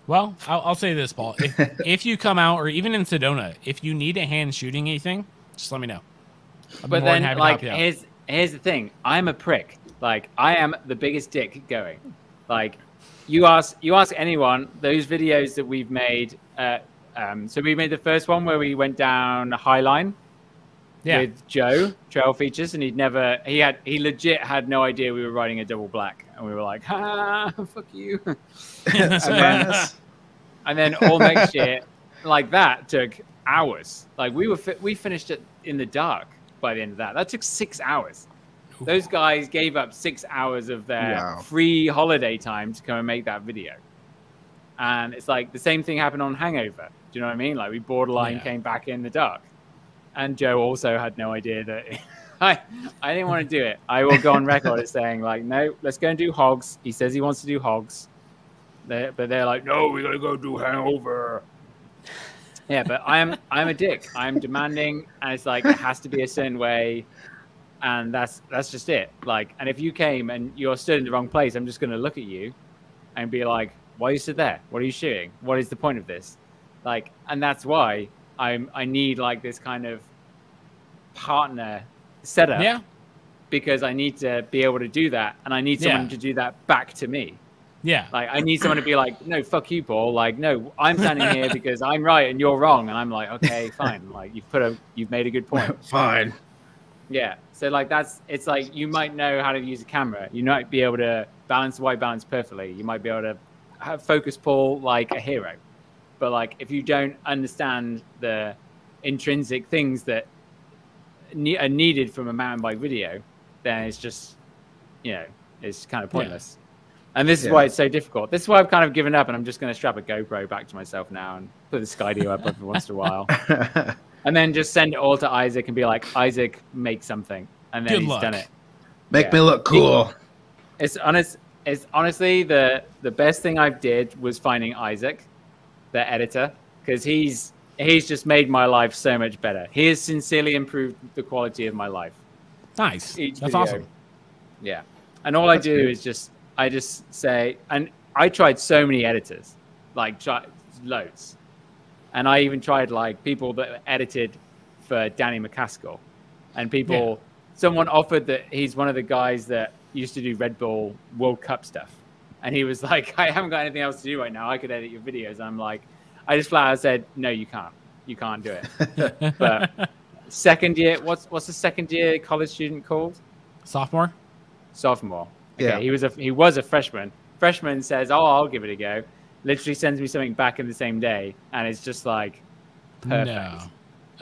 [SPEAKER 1] Well, I'll, I'll say this, Paul. If, if you come out, or even in Sedona, if you need a hand shooting anything, just let me know. I'll be
[SPEAKER 3] But
[SPEAKER 1] more than
[SPEAKER 3] then
[SPEAKER 1] happy to
[SPEAKER 3] like
[SPEAKER 1] help you out.
[SPEAKER 3] here's here's the thing. I'm a prick. Like I am the biggest dick going. Like you ask you ask anyone those videos that we've made uh, um, so we made the first one where we went down Highline
[SPEAKER 1] yeah.
[SPEAKER 3] with Joe Trail Features, and he'd never he had he legit had no idea we were riding a double black, and we were like, ah, fuck you.
[SPEAKER 1] So,
[SPEAKER 3] and then all next year, like that took hours. Like we were, fi- we finished it in the dark by the end of that. That took six hours. Those guys gave up six hours of their
[SPEAKER 2] Wow.
[SPEAKER 3] free holiday time to come and make that video. And it's like the same thing happened on Hangover. Do you know what I mean? Like we borderline
[SPEAKER 1] Yeah.
[SPEAKER 3] came back in the dark. And Joe also had no idea that I, I didn't want to do it. I will go on record as saying like, no, let's go and do hogs. He says he wants to do hogs. They- but they're like, no, we gotta go do hangover. Yeah, but I'm I'm a dick. I'm demanding, and it's like it has to be a certain way, and that's that's just it. Like, and if you came and you're stood in the wrong place, I'm just gonna look at you, and be like, why are you stood there? What are you shooting? What is the point of this? Like, and that's why I'm I need like this kind of partner setup
[SPEAKER 1] Yeah.
[SPEAKER 3] because I need to be able to do that, and I need someone
[SPEAKER 1] Yeah.
[SPEAKER 3] to do that back to me.
[SPEAKER 1] Yeah.
[SPEAKER 3] Like I need someone to be like, no, fuck you, Paul. Like, no, I'm standing here because I'm right and you're wrong. And I'm like, okay, fine. Like you've put a, you've made a good point.
[SPEAKER 2] Fine.
[SPEAKER 3] Yeah. So like that's, it's like you might know how to use a camera. You might be able to balance the white balance perfectly. You might be able to have focus Paul like a hero. But like if you don't understand the intrinsic things that ne- are needed from a mountain bike video, then it's just, you know, it's kind of pointless. And this is why
[SPEAKER 2] Yeah.
[SPEAKER 3] it's so difficult. This is why I've kind of given up, and I'm just going to strap a GoPro back to myself now and put the Skydio up every once in a while, and then just send it all to Isaac and be like, Isaac, make something, and then
[SPEAKER 1] Good
[SPEAKER 3] he's
[SPEAKER 1] luck.
[SPEAKER 3] done it.
[SPEAKER 2] Make
[SPEAKER 3] Yeah.
[SPEAKER 2] me look cool.
[SPEAKER 3] It's honest. It's honestly the the best thing I've did was finding Isaac, the editor, because he's he's just made my life so much better. He has sincerely improved the quality of my life.
[SPEAKER 1] Nice.
[SPEAKER 3] each
[SPEAKER 1] That's
[SPEAKER 3] video.
[SPEAKER 1] awesome.
[SPEAKER 3] Yeah. And all
[SPEAKER 2] Oh, That's
[SPEAKER 3] I do
[SPEAKER 2] good.
[SPEAKER 3] is just I just say and I tried so many editors, like tri- loads. And I even tried like people that edited for Danny McCaskill and people someone offered that he's one of the guys that used to do Red Bull World Cup stuff. And he was like, I haven't got anything else to do right now. I could edit your videos. And I'm like, I just flat out said, No, you can't. You can't do it. but second year, what's what's the second year college student called?
[SPEAKER 1] Sophomore.
[SPEAKER 3] sophomore. Okay,
[SPEAKER 2] Yeah.
[SPEAKER 3] he was a he was a freshman. Freshman says, "Oh, I'll give it a go." Literally sends me something back in the same day, and it's just like perfect.
[SPEAKER 1] No.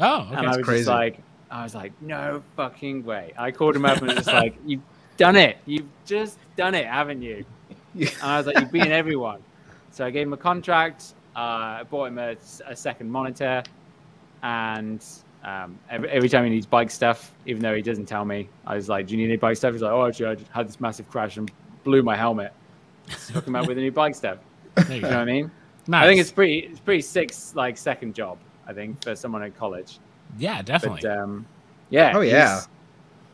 [SPEAKER 1] Oh,
[SPEAKER 3] and
[SPEAKER 1] okay.
[SPEAKER 3] I was
[SPEAKER 2] that's crazy.
[SPEAKER 3] just like, I was like, "No fucking way!" I called him up and was just like, "You've done it. You've just done it, haven't you?"
[SPEAKER 2] Yeah.
[SPEAKER 3] And I was like, "You've beaten everyone." So I gave him a contract. Uh, I bought him a, a second monitor, and um, every, every time he needs bike stuff, even though he doesn't tell me, I was like, "Do you need any bike stuff?" He's like, "Oh, actually, I just had this massive crash and blew my helmet." So hook him up with a new bike stuff.
[SPEAKER 1] There you
[SPEAKER 3] You know what
[SPEAKER 1] go.
[SPEAKER 3] I mean?
[SPEAKER 1] Nice.
[SPEAKER 3] I think it's pretty, it's pretty sick, like second job. I think for someone in college,
[SPEAKER 1] yeah, definitely.
[SPEAKER 3] but um, yeah.
[SPEAKER 2] Oh, yeah.
[SPEAKER 3] he's-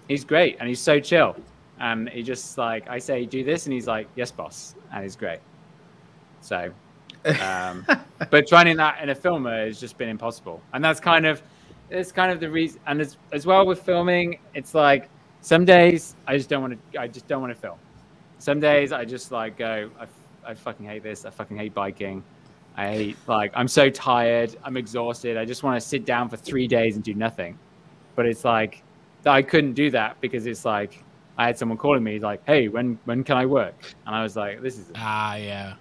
[SPEAKER 3] he's great and he's so chill. And he just like I say, do this, and he's like, yes, boss, and he's great. So um, but trying that in a filmer has just been impossible, and that's kind of it's kind of the reason. And as as well with filming, it's like some days I just don't want to. I just don't want to film. Some days I just like go. I, f- I fucking hate this. I fucking hate biking. I hate like I'm so tired. I'm exhausted. I just want to sit down for three days and do nothing. But it's like I couldn't do that because it's like I had someone calling me like, "Hey, when when can I work?" And I was like, "This is
[SPEAKER 1] Ah, yeah.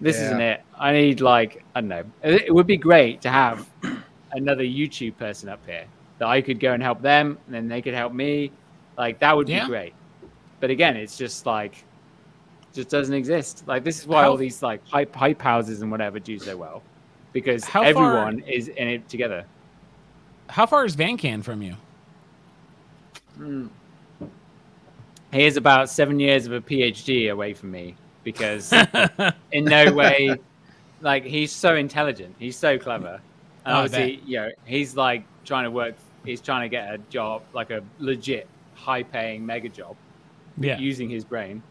[SPEAKER 3] this
[SPEAKER 2] Yeah.
[SPEAKER 3] isn't it. I need like I don't know. It it would be great to have another YouTube person up here that I could go and help them, and then they could help me. Like that would
[SPEAKER 1] Yeah.
[SPEAKER 3] be great. But again, it's just like just doesn't exist. Like this is why
[SPEAKER 1] How-
[SPEAKER 3] all these like hype hype houses and whatever do so well because
[SPEAKER 1] How far-
[SPEAKER 3] everyone is in it together.
[SPEAKER 1] How far is Van Can from you?
[SPEAKER 3] He is about seven years of a PhD away from me because in no way like he's so intelligent he's so clever and
[SPEAKER 1] Oh, I
[SPEAKER 3] obviously you know he's like trying to work he's trying to get a job like a legit high paying mega job
[SPEAKER 1] yeah.
[SPEAKER 3] using his brain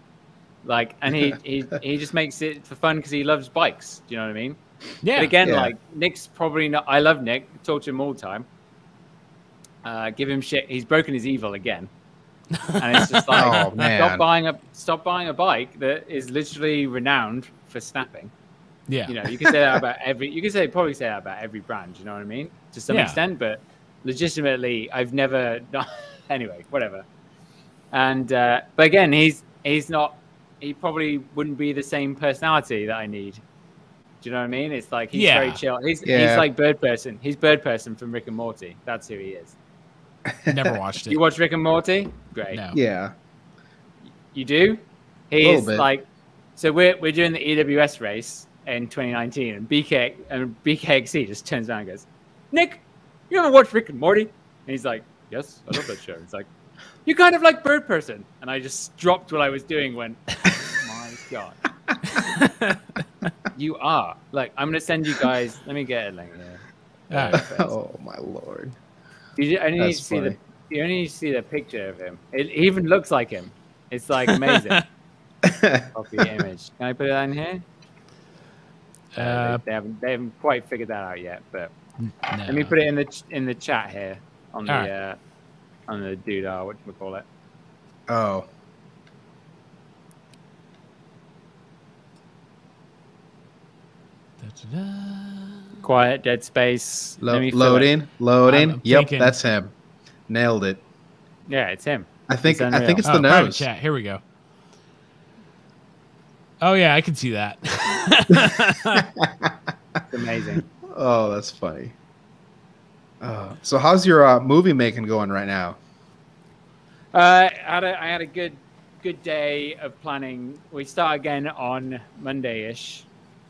[SPEAKER 3] like and he he, he just makes it for fun because he loves bikes do you know what i mean
[SPEAKER 1] yeah.
[SPEAKER 3] but again
[SPEAKER 2] Yeah.
[SPEAKER 3] like nick's probably not i love nick talk to him all the time uh give him shit he's broken his evil again and it's just like
[SPEAKER 2] Oh, man.
[SPEAKER 3] stop buying a stop buying a bike that is literally renowned for snapping
[SPEAKER 1] yeah.
[SPEAKER 3] you know, you can say that about every. You can say probably say that about every brand. You know what I mean? To some
[SPEAKER 1] Yeah.
[SPEAKER 3] extent, but legitimately, I've never. anyway, whatever. And uh, but again, he's he's not. He probably wouldn't be the same personality that I need Do you know what I mean? It's like he's
[SPEAKER 1] Yeah.
[SPEAKER 3] very chill. He's
[SPEAKER 2] Yeah.
[SPEAKER 3] he's like Bird Person. He's Bird Person from Rick and Morty. That's who he is.
[SPEAKER 1] Never watched it.
[SPEAKER 3] You watch Rick and Morty? Great.
[SPEAKER 1] No.
[SPEAKER 2] Yeah.
[SPEAKER 3] You do? He
[SPEAKER 2] Little
[SPEAKER 3] is
[SPEAKER 2] bit.
[SPEAKER 3] like so we're we're doing the EWS race in 2019 and BK and BKXC E just turns around and goes, Nick, you ever watch Rick and Morty? And he's like, Yes, I love that show. It's like, You're kind of like Bird Person. And I just dropped what I was doing when my God. you are. Like, I'm gonna send you guys let me get a link here.
[SPEAKER 1] All right.
[SPEAKER 2] Oh my lord.
[SPEAKER 3] You ju- only need
[SPEAKER 2] That's
[SPEAKER 3] to see the
[SPEAKER 2] funny.
[SPEAKER 3] you only need to see the picture of him. It even looks like him. It's like amazing. Copy image. Can I put it on here?
[SPEAKER 1] Uh,
[SPEAKER 3] they, haven't, they haven't quite figured that out yet, but
[SPEAKER 1] no.
[SPEAKER 3] let me put it in the ch- in the chat here on the
[SPEAKER 1] Alright.
[SPEAKER 3] uh, on the doodah, what we call it.
[SPEAKER 2] Oh.
[SPEAKER 1] Da-da-da.
[SPEAKER 3] Quiet, dead space.
[SPEAKER 2] Lo-
[SPEAKER 3] Let me fill it.
[SPEAKER 2] loading.
[SPEAKER 1] I'm-
[SPEAKER 2] Loading.
[SPEAKER 1] I'm
[SPEAKER 2] Yep,
[SPEAKER 1] thinking-
[SPEAKER 2] that's him. Nailed it.
[SPEAKER 3] Yeah, it's him.
[SPEAKER 2] I think I
[SPEAKER 3] unreal.
[SPEAKER 2] think it's the
[SPEAKER 1] Oh, private
[SPEAKER 2] nose.
[SPEAKER 1] Chat. Here we go. Oh yeah, I can see that.
[SPEAKER 3] It's amazing.
[SPEAKER 2] Oh, that's funny. Oh. So how's your uh, movie making going right now?
[SPEAKER 3] uh, I had a, I had a good good day of planning. We start again on Monday ish.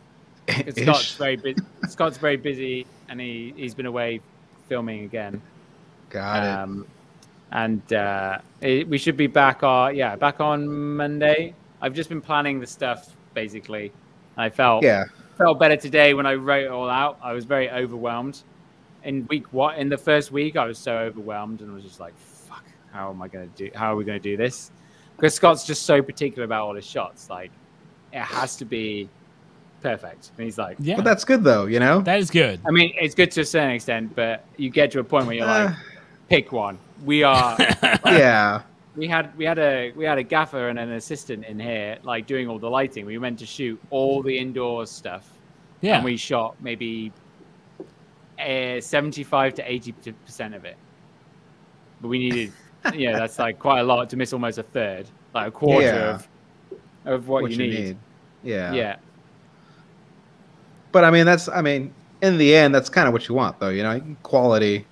[SPEAKER 2] Ish.
[SPEAKER 3] Scott's very busy. Scott's very busy, and he he's been away filming again.
[SPEAKER 2] Got it.
[SPEAKER 3] um, and uh, it, we should be back on yeah back on Monday. I've just been planning the stuff basically. I felt
[SPEAKER 2] Yeah.
[SPEAKER 3] felt better today when I wrote it all out. I was very overwhelmed. In week what in the first week, I was so overwhelmed and was just like, "Fuck, how am I gonna do? How are we gonna do this?" Because Scott's just so particular about all his shots. Like, it has to be perfect. And he's like,
[SPEAKER 1] yeah,
[SPEAKER 2] But that's good though, you know?
[SPEAKER 1] that is good.
[SPEAKER 3] I mean, it's good to a certain extent, but you get to a point where you're like,
[SPEAKER 2] Uh.
[SPEAKER 3] pick one. We are
[SPEAKER 2] yeah.
[SPEAKER 3] we had we had a we had a gaffer and an assistant in here, like doing all the lighting. We were meant to shoot all the indoor stuff,
[SPEAKER 1] Yeah,
[SPEAKER 3] and we shot maybe uh, seventy-five to eighty percent of it. But we needed, yeah, that's like quite a lot to miss almost a third, like a quarter
[SPEAKER 2] Yeah.
[SPEAKER 3] of of what, you, need.
[SPEAKER 2] Yeah.
[SPEAKER 3] Yeah,
[SPEAKER 2] But I mean, that's I mean, in the end, that's kind of what you want, though. You know, quality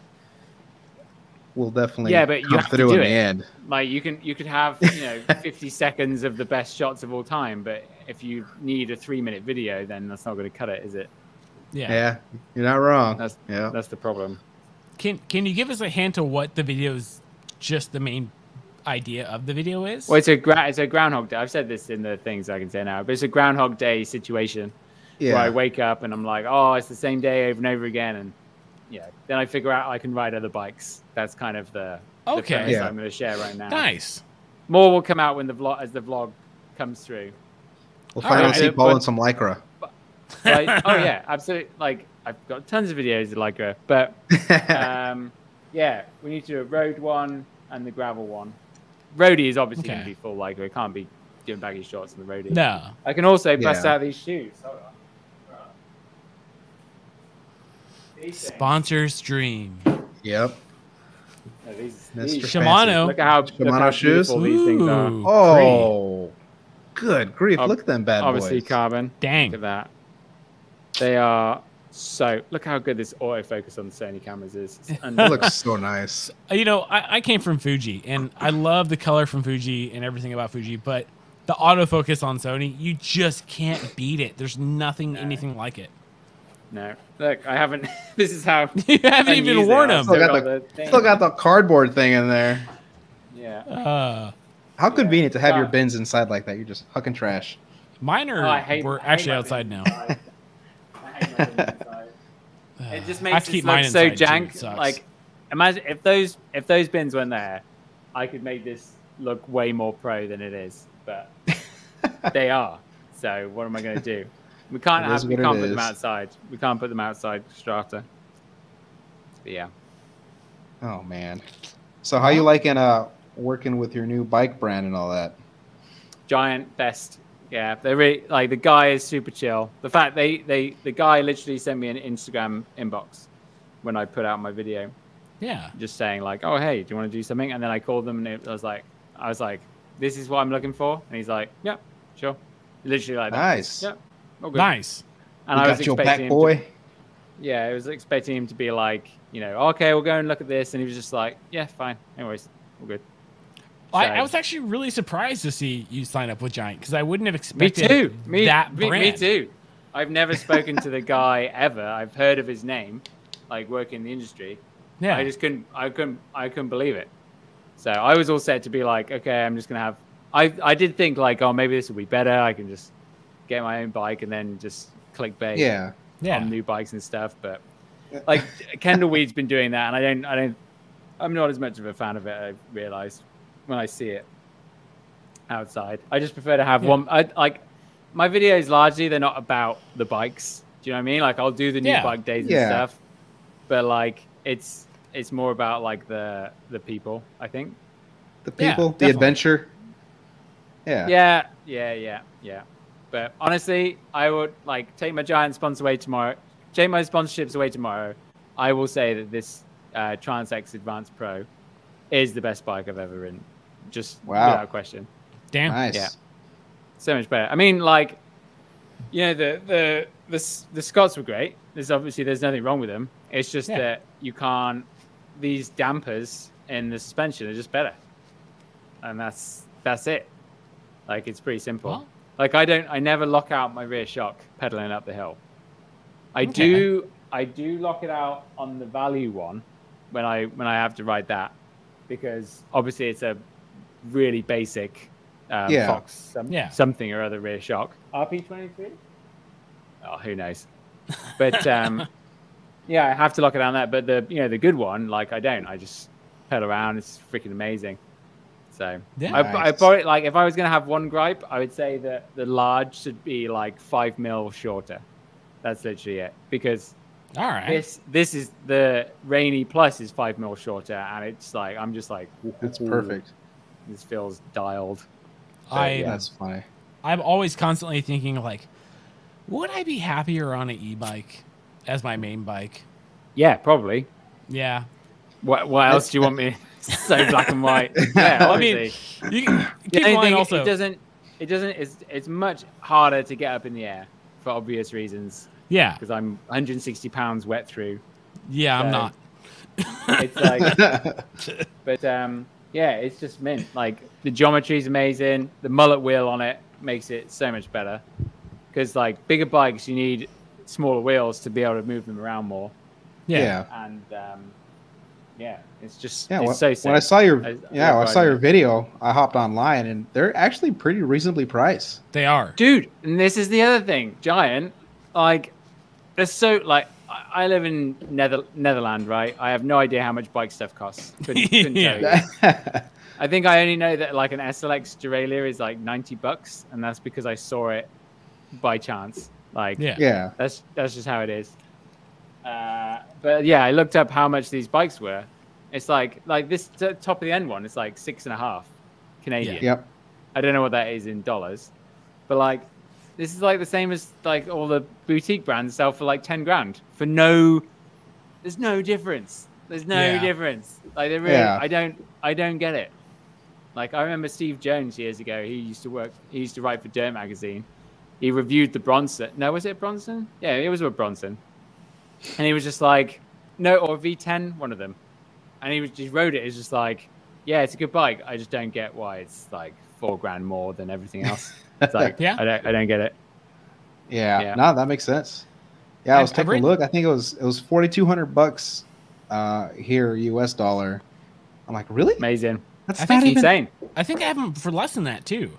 [SPEAKER 2] will definitely
[SPEAKER 3] Yeah, but you
[SPEAKER 2] come
[SPEAKER 3] have to
[SPEAKER 2] through
[SPEAKER 3] do
[SPEAKER 2] in
[SPEAKER 3] it.
[SPEAKER 2] the end.
[SPEAKER 3] like you can you could have you know fifty seconds of the best shots of all time, but if you need a three-minute video, then that's not going to cut it, is it?
[SPEAKER 1] yeah.
[SPEAKER 2] Yeah. you're not wrong.
[SPEAKER 3] That's-
[SPEAKER 2] yeah.
[SPEAKER 3] That's the problem.
[SPEAKER 1] Can Can you give us a hint of what the video's just the main idea of the video is?
[SPEAKER 3] Well, it's a gra- it's a Groundhog Day. I've said this in the things I can say now, but it's a Groundhog Day situation where I
[SPEAKER 2] yeah.
[SPEAKER 3] wake up and I'm like, oh, it's the same day over and over again, and yeah. Then I figure out I can ride other bikes. That's kind of the the
[SPEAKER 1] Okay.
[SPEAKER 3] premise
[SPEAKER 2] Yeah.
[SPEAKER 3] I'm going to share right now.
[SPEAKER 1] nice.
[SPEAKER 3] More will come out when the vlog as the vlog comes through.
[SPEAKER 2] We'll
[SPEAKER 1] All
[SPEAKER 2] finally
[SPEAKER 1] right.
[SPEAKER 2] see
[SPEAKER 3] Uh,
[SPEAKER 2] Paul
[SPEAKER 3] but-
[SPEAKER 2] in some lycra.
[SPEAKER 3] Like, oh yeah, absolutely. Like I've got tons of videos of Lycra, but um, yeah, we need to do a road one and the gravel one. Roadie is obviously going
[SPEAKER 1] Okay.
[SPEAKER 3] to be full Lycra. It can't be doing baggy shorts in the roadie.
[SPEAKER 1] No.
[SPEAKER 3] I can also bust
[SPEAKER 2] Yeah.
[SPEAKER 3] out these shoes. Hold on.
[SPEAKER 4] These things.
[SPEAKER 1] Sponsor's dream.
[SPEAKER 2] yep.
[SPEAKER 3] No, these,
[SPEAKER 2] That's
[SPEAKER 3] these-
[SPEAKER 2] for
[SPEAKER 1] Shimano.
[SPEAKER 3] Look at how, look
[SPEAKER 2] Shimano
[SPEAKER 3] how
[SPEAKER 2] shoes?
[SPEAKER 3] beautiful these things are.
[SPEAKER 1] Ooh,
[SPEAKER 2] Oh, good grief!
[SPEAKER 3] Ob-
[SPEAKER 2] Look at them bad
[SPEAKER 3] Obviously,
[SPEAKER 2] boys.
[SPEAKER 3] carbon. Look at
[SPEAKER 1] Dang.
[SPEAKER 3] that. They are so. Look how good this autofocus on the Sony cameras is. It's
[SPEAKER 2] It
[SPEAKER 3] unbelievable.
[SPEAKER 2] looks so nice.
[SPEAKER 1] Uh, You know, I, I came from Fuji and I love the color from Fuji and everything about Fuji, but the autofocus on Sony, you just can't beat it. There's nothing, anything like it.
[SPEAKER 3] no, look, I haven't. this is how.
[SPEAKER 1] You haven't even
[SPEAKER 3] unused they
[SPEAKER 1] worn them.
[SPEAKER 3] are.
[SPEAKER 2] Still got
[SPEAKER 3] got
[SPEAKER 2] the-
[SPEAKER 3] the thing.
[SPEAKER 2] Still got the cardboard thing in there.
[SPEAKER 3] Yeah.
[SPEAKER 1] Uh,
[SPEAKER 2] How convenient to have your
[SPEAKER 3] Yeah.
[SPEAKER 2] bins inside like that. You're just hucking trash.
[SPEAKER 1] mine are
[SPEAKER 3] Oh, I hate-
[SPEAKER 1] we're
[SPEAKER 3] I hate
[SPEAKER 1] actually
[SPEAKER 3] my
[SPEAKER 1] outside now.
[SPEAKER 3] business side. I hate my business side. It just
[SPEAKER 1] Uh, I
[SPEAKER 3] makes
[SPEAKER 1] have to
[SPEAKER 3] this
[SPEAKER 1] keep
[SPEAKER 3] look
[SPEAKER 1] mine
[SPEAKER 3] so
[SPEAKER 1] inside, too. It
[SPEAKER 3] jank.
[SPEAKER 1] sucks.
[SPEAKER 3] like, imagine if those if those bins weren't there, I could make this look way more pro than it is. But they are. So what am I going to do? We can't
[SPEAKER 2] It
[SPEAKER 3] have
[SPEAKER 2] is
[SPEAKER 3] we
[SPEAKER 2] what it
[SPEAKER 3] can't put them
[SPEAKER 2] is.
[SPEAKER 3] outside. We can't put them outside strata. But yeah.
[SPEAKER 2] Oh man. So how you liking uh working with your new bike brand and all that?
[SPEAKER 3] giant best yeah they're really like the guy is super chill the fact they they the guy literally sent me an instagram inbox when i put out my video
[SPEAKER 1] Yeah.
[SPEAKER 3] just saying like oh hey do you want to do something and then i called them and it, i was like i was like this is what i'm looking for and he's like yeah sure literally like that.
[SPEAKER 2] Nice.
[SPEAKER 3] yeah all good.
[SPEAKER 1] Nice.
[SPEAKER 3] And I was
[SPEAKER 2] got your back,
[SPEAKER 3] expecting him
[SPEAKER 2] boy.
[SPEAKER 3] To, yeah, I was expecting him to be like, you know, okay, we'll go and look at this, and he was just like, yeah, fine. Anyways, all good.
[SPEAKER 1] I,
[SPEAKER 3] So-
[SPEAKER 1] I was actually really surprised to see you sign up with Giant because I wouldn't have
[SPEAKER 3] Me
[SPEAKER 1] expected
[SPEAKER 3] too. Me,
[SPEAKER 1] that
[SPEAKER 3] me,
[SPEAKER 1] brand.
[SPEAKER 3] me too. I've never spoken to the guy ever. I've heard of his name, like working in the industry.
[SPEAKER 1] Yeah,
[SPEAKER 3] I just couldn't. I couldn't. I couldn't believe it. So I was all set to be like, okay, I'm just gonna have. I I did think like, oh, maybe this will be better. I can just get my own bike and then just clickbait
[SPEAKER 2] Yeah.
[SPEAKER 1] yeah.
[SPEAKER 3] on new bikes and stuff. But like Kendall Weed's been doing that, and I don't. I don't. I'm not as much of a fan of it. I realized when I see it outside. I just prefer to have
[SPEAKER 1] Yeah.
[SPEAKER 3] one. I like my videos largely. They're not about the bikes. Do you know what I mean? Like I'll do the new
[SPEAKER 1] Yeah.
[SPEAKER 3] bike days
[SPEAKER 2] Yeah.
[SPEAKER 3] and stuff, but like it's it's more about like the the people. I think.
[SPEAKER 2] The
[SPEAKER 1] Yeah,
[SPEAKER 2] people, the
[SPEAKER 1] definitely.
[SPEAKER 2] adventure. Yeah.
[SPEAKER 3] Yeah, yeah, yeah, yeah. But honestly, I would like take my giant sponsor away tomorrow. Take my sponsorships away tomorrow. I will say that this uh, Transex Advanced Pro is the best bike I've ever ridden, just
[SPEAKER 2] Wow.
[SPEAKER 3] without question.
[SPEAKER 1] Damn.
[SPEAKER 2] Nice.
[SPEAKER 3] Yeah. So much better. I mean, like, you know, the the the S- the Scots were great. There's obviously there's nothing wrong with them. It's just
[SPEAKER 1] Yeah.
[SPEAKER 3] that you can't. These dampers in the suspension are just better, and that's that's it. Like it's pretty simple.
[SPEAKER 1] Well-
[SPEAKER 3] Like I don't, I never lock out my rear shock pedaling up the hill. I
[SPEAKER 1] Okay.
[SPEAKER 3] do, I do lock it out on the value one when I when I have to ride that because obviously it's a really basic um,
[SPEAKER 2] Yeah.
[SPEAKER 3] Fox some,
[SPEAKER 1] Yeah.
[SPEAKER 3] something or other rear shock. RP twenty three. Oh, who knows? But um, yeah, I have to lock it down that. But the you know the good one, like I don't. I just pedal around. It's freaking amazing. So
[SPEAKER 1] Yeah.
[SPEAKER 3] I, I
[SPEAKER 2] Nice.
[SPEAKER 3] probably like if I was gonna have one gripe, I would say that the large should be like five mil shorter. That's literally it because
[SPEAKER 1] All right.
[SPEAKER 3] this this is the rainy plus is five mil shorter, and it's like I'm just like
[SPEAKER 2] That's
[SPEAKER 3] "Ooh,
[SPEAKER 2] perfect.
[SPEAKER 3] This feels dialed.
[SPEAKER 1] I
[SPEAKER 2] That's funny.
[SPEAKER 1] I'm always constantly thinking like, would I be happier on an e-bike as my main bike?
[SPEAKER 3] Yeah, probably.
[SPEAKER 1] Yeah.
[SPEAKER 3] What what else do you want me? so black and white. Yeah,
[SPEAKER 2] Well,
[SPEAKER 1] I mean,
[SPEAKER 3] obviously.
[SPEAKER 1] You can,
[SPEAKER 3] The
[SPEAKER 1] keep in
[SPEAKER 3] only
[SPEAKER 1] mind
[SPEAKER 3] thing,
[SPEAKER 1] also.
[SPEAKER 3] it doesn't. It doesn't. It's it's much harder to get up in the air for obvious reasons
[SPEAKER 1] yeah.
[SPEAKER 3] because I'm 160 pounds wet through.
[SPEAKER 1] Yeah. I'm
[SPEAKER 3] So-
[SPEAKER 1] not.
[SPEAKER 3] It's like But um, yeah, it's just mint. Like the geometry's amazing. The mullet wheel on it makes it so much better. Because like bigger bikes, you need smaller wheels to be able to move them around more.
[SPEAKER 1] Yeah.
[SPEAKER 2] yeah.
[SPEAKER 3] And um, yeah, it's just
[SPEAKER 2] Yeah,
[SPEAKER 3] it's
[SPEAKER 2] when,
[SPEAKER 3] so
[SPEAKER 2] when I
[SPEAKER 3] sick.
[SPEAKER 2] saw your
[SPEAKER 3] I- I
[SPEAKER 2] yeah, when I
[SPEAKER 3] love
[SPEAKER 2] saw
[SPEAKER 3] riding
[SPEAKER 2] your
[SPEAKER 3] it.
[SPEAKER 2] video, I hopped online and they're actually pretty reasonably priced.
[SPEAKER 1] They are.
[SPEAKER 3] dude. And this is the other thing, Giant. Like, they're so like. I I live in Nether- Netherland, right? I have no idea how much bike stuff costs. Couldn't, couldn't tell you.
[SPEAKER 1] Yeah.
[SPEAKER 3] I think I only know that like an SLX derailleur is like 90 bucks, and that's because I saw it by chance. Like,
[SPEAKER 1] Yeah.
[SPEAKER 2] yeah.
[SPEAKER 3] that's that's just how it is. Uh, but yeah, I looked up how much these bikes were. It's like like this t- top of the end one. It's like six and a half Canadian.
[SPEAKER 2] Yep.
[SPEAKER 3] I don't know what that is in dollars, but like this is like the same as like all the boutique brands sell for like ten grand for no. There's no difference. There's no
[SPEAKER 1] Yeah.
[SPEAKER 3] difference. Like there really,
[SPEAKER 2] Yeah.
[SPEAKER 3] I don't, I don't get it. Like I remember Steve Jones years ago. He used to work. He used to write for Dirt magazine. He reviewed the Bronson. No, was it Bronson? Yeah, it was with Bronson. And he was just like, no, or V10, one of them. And he was he rode it. It's just like, yeah, it's a good bike. I just don't get why it's like four grand more than everything else. It's like,
[SPEAKER 1] Yeah.
[SPEAKER 3] yeah, I don't, I don't get it.
[SPEAKER 2] Yeah.
[SPEAKER 3] Yeah.
[SPEAKER 2] No, that makes sense. Yeah, I
[SPEAKER 1] I've-
[SPEAKER 2] was
[SPEAKER 1] I've
[SPEAKER 2] taking a
[SPEAKER 1] written-
[SPEAKER 2] look. I think it was it was forty two hundred bucks uh here US dollar. I'm like, really?
[SPEAKER 3] Amazing.
[SPEAKER 2] That's
[SPEAKER 1] I
[SPEAKER 2] not
[SPEAKER 1] think
[SPEAKER 2] even
[SPEAKER 3] Insane.
[SPEAKER 1] I think I have them for less than that too.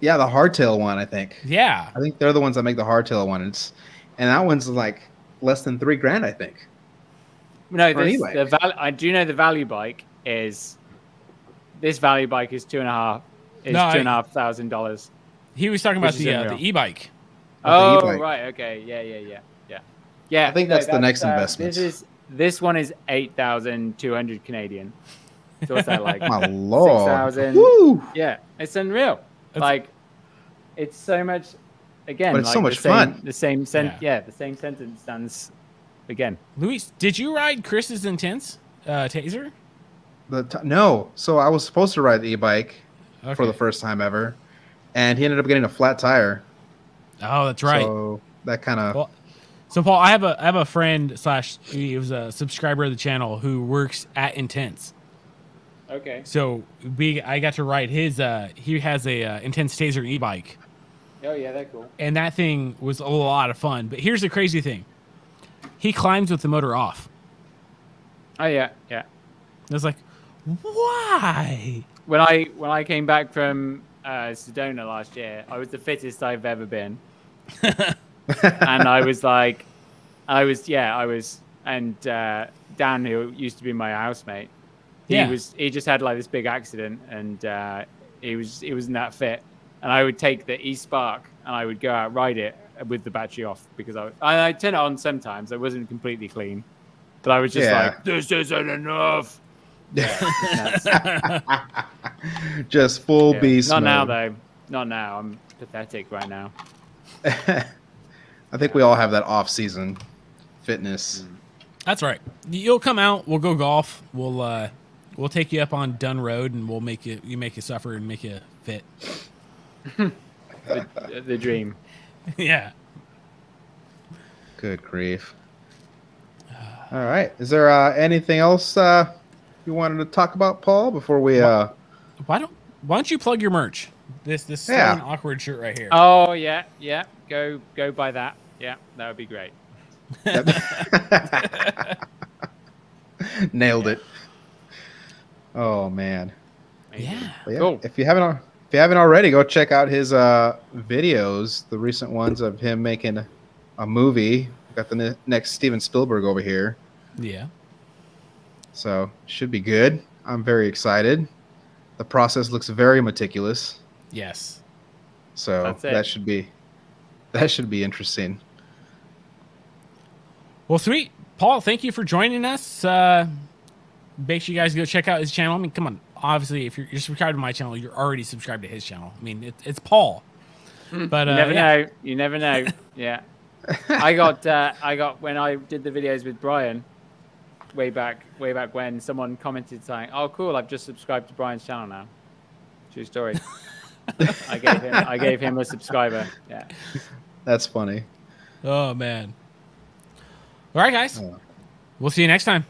[SPEAKER 2] Yeah, the hardtail one, I think.
[SPEAKER 1] Yeah.
[SPEAKER 2] I think they're the ones that make the hardtail one. It's and that one's like less than three grand, I think.
[SPEAKER 3] No,
[SPEAKER 2] For an
[SPEAKER 3] this,
[SPEAKER 2] e-bike.
[SPEAKER 3] the val- I do know the value bike is this value bike is two and a half is
[SPEAKER 1] No, I-
[SPEAKER 3] two and a half thousand dollars.
[SPEAKER 1] He was talking about
[SPEAKER 3] Which is
[SPEAKER 1] the uh,
[SPEAKER 3] unreal.
[SPEAKER 1] the e-bike.
[SPEAKER 2] Of
[SPEAKER 3] Oh
[SPEAKER 2] the e-bike.
[SPEAKER 3] right, okay, yeah, yeah, yeah, yeah, yeah. uh,
[SPEAKER 2] I think that's the next investment.
[SPEAKER 3] This is this one is eight thousand two hundred Canadian. So what's that like?
[SPEAKER 2] My lord.
[SPEAKER 3] 6,000.
[SPEAKER 2] Woo!
[SPEAKER 3] yeah, it's unreal.
[SPEAKER 1] That's-
[SPEAKER 3] like, it's so much. Again,
[SPEAKER 2] But it's
[SPEAKER 3] like
[SPEAKER 2] so
[SPEAKER 3] the
[SPEAKER 2] much
[SPEAKER 3] same-
[SPEAKER 2] fun.
[SPEAKER 3] The same
[SPEAKER 1] Yeah.
[SPEAKER 3] sentence. Yeah. the same sentence stands again.
[SPEAKER 1] Luis, did you ride Chris's intense uh, taser?
[SPEAKER 2] The t- no. So I was supposed to ride the e-bike for
[SPEAKER 1] Okay.
[SPEAKER 2] the first time ever, and he ended up getting a flat tire.
[SPEAKER 1] Oh, that's right.
[SPEAKER 2] So that kind of
[SPEAKER 1] Well, so Paul, I have a I have a friend slash he was a subscriber of the channel who works at Intense.
[SPEAKER 3] Okay.
[SPEAKER 1] So we I got to ride his. Uh, he has a uh, Intense Taser e-bike,
[SPEAKER 3] Oh yeah, they're cool.
[SPEAKER 1] and that thing was a lot of fun. But here's the crazy thing: he climbs with the motor off.
[SPEAKER 3] Oh yeah, yeah.
[SPEAKER 1] I was like, why?
[SPEAKER 3] When I when I came back from uh, Sedona last year, I was the fittest I've ever been, and I was like, I was yeah, I was, and uh, Dan, who used to be my housemate, he
[SPEAKER 1] Yeah.
[SPEAKER 3] was he just had like this big accident, and uh, he was he wasn't that fit, and I would take the e Spark and I would go out ride it with the battery off because I I, I turn it on sometimes. I wasn't completely clean, but I was just
[SPEAKER 2] Yeah.
[SPEAKER 3] like, this isn't enough.
[SPEAKER 2] just full
[SPEAKER 3] Yeah.
[SPEAKER 2] beast.
[SPEAKER 3] Not now
[SPEAKER 2] mode.
[SPEAKER 3] though. Not now. I'm pathetic right now.
[SPEAKER 2] I think we all have that off season fitness.
[SPEAKER 1] That's right. You'll come out. We'll go golf. We'll uh, we'll take you up on Dun Road, and we'll make you you make you suffer and make you fit. Uh,
[SPEAKER 3] The, the dream.
[SPEAKER 1] yeah.
[SPEAKER 2] Good grief. All right. Is there uh, anything else uh, you wanted to talk about, Paul, before we. Uh,
[SPEAKER 1] Why don't Why don't you plug your merch? This this slow
[SPEAKER 2] Yeah.
[SPEAKER 1] and awkward shirt right here.
[SPEAKER 3] Oh yeah, yeah. Go go buy that. Yeah, that would be great.
[SPEAKER 2] nailed it. Oh, man.
[SPEAKER 3] Amazing.
[SPEAKER 1] yeah.
[SPEAKER 2] But yeah,
[SPEAKER 3] Cool.
[SPEAKER 2] If you haven't, al- if you haven't already, go check out his uh, videos, the recent ones of him making a movie. Got the ne- next Steven Spielberg over here,
[SPEAKER 1] Yeah.
[SPEAKER 2] so should be good. I'm very excited. The process looks very meticulous,
[SPEAKER 1] Yes.
[SPEAKER 2] so
[SPEAKER 3] That's it.
[SPEAKER 2] that should be that should be interesting.
[SPEAKER 1] Well, sweet. Paul, thank you for joining us. Uh, make sure you guys go check out his channel. I mean, come on. Obviously, if you're, you're subscribed to my channel, you're already subscribed to his channel. I mean, it, it's Paul. But
[SPEAKER 3] You
[SPEAKER 1] uh,
[SPEAKER 3] Hmm. never
[SPEAKER 1] yeah.
[SPEAKER 3] know. You never know. yeah. I got uh, I got when I did the videos with Brian way back way back when someone commented saying, "Oh cool, I've just subscribed to Brian's channel now." True story. I gave him I gave him a subscriber. Yeah.
[SPEAKER 2] That's funny.
[SPEAKER 1] Oh man. All right, guys.
[SPEAKER 2] Oh.
[SPEAKER 1] We'll see you next time.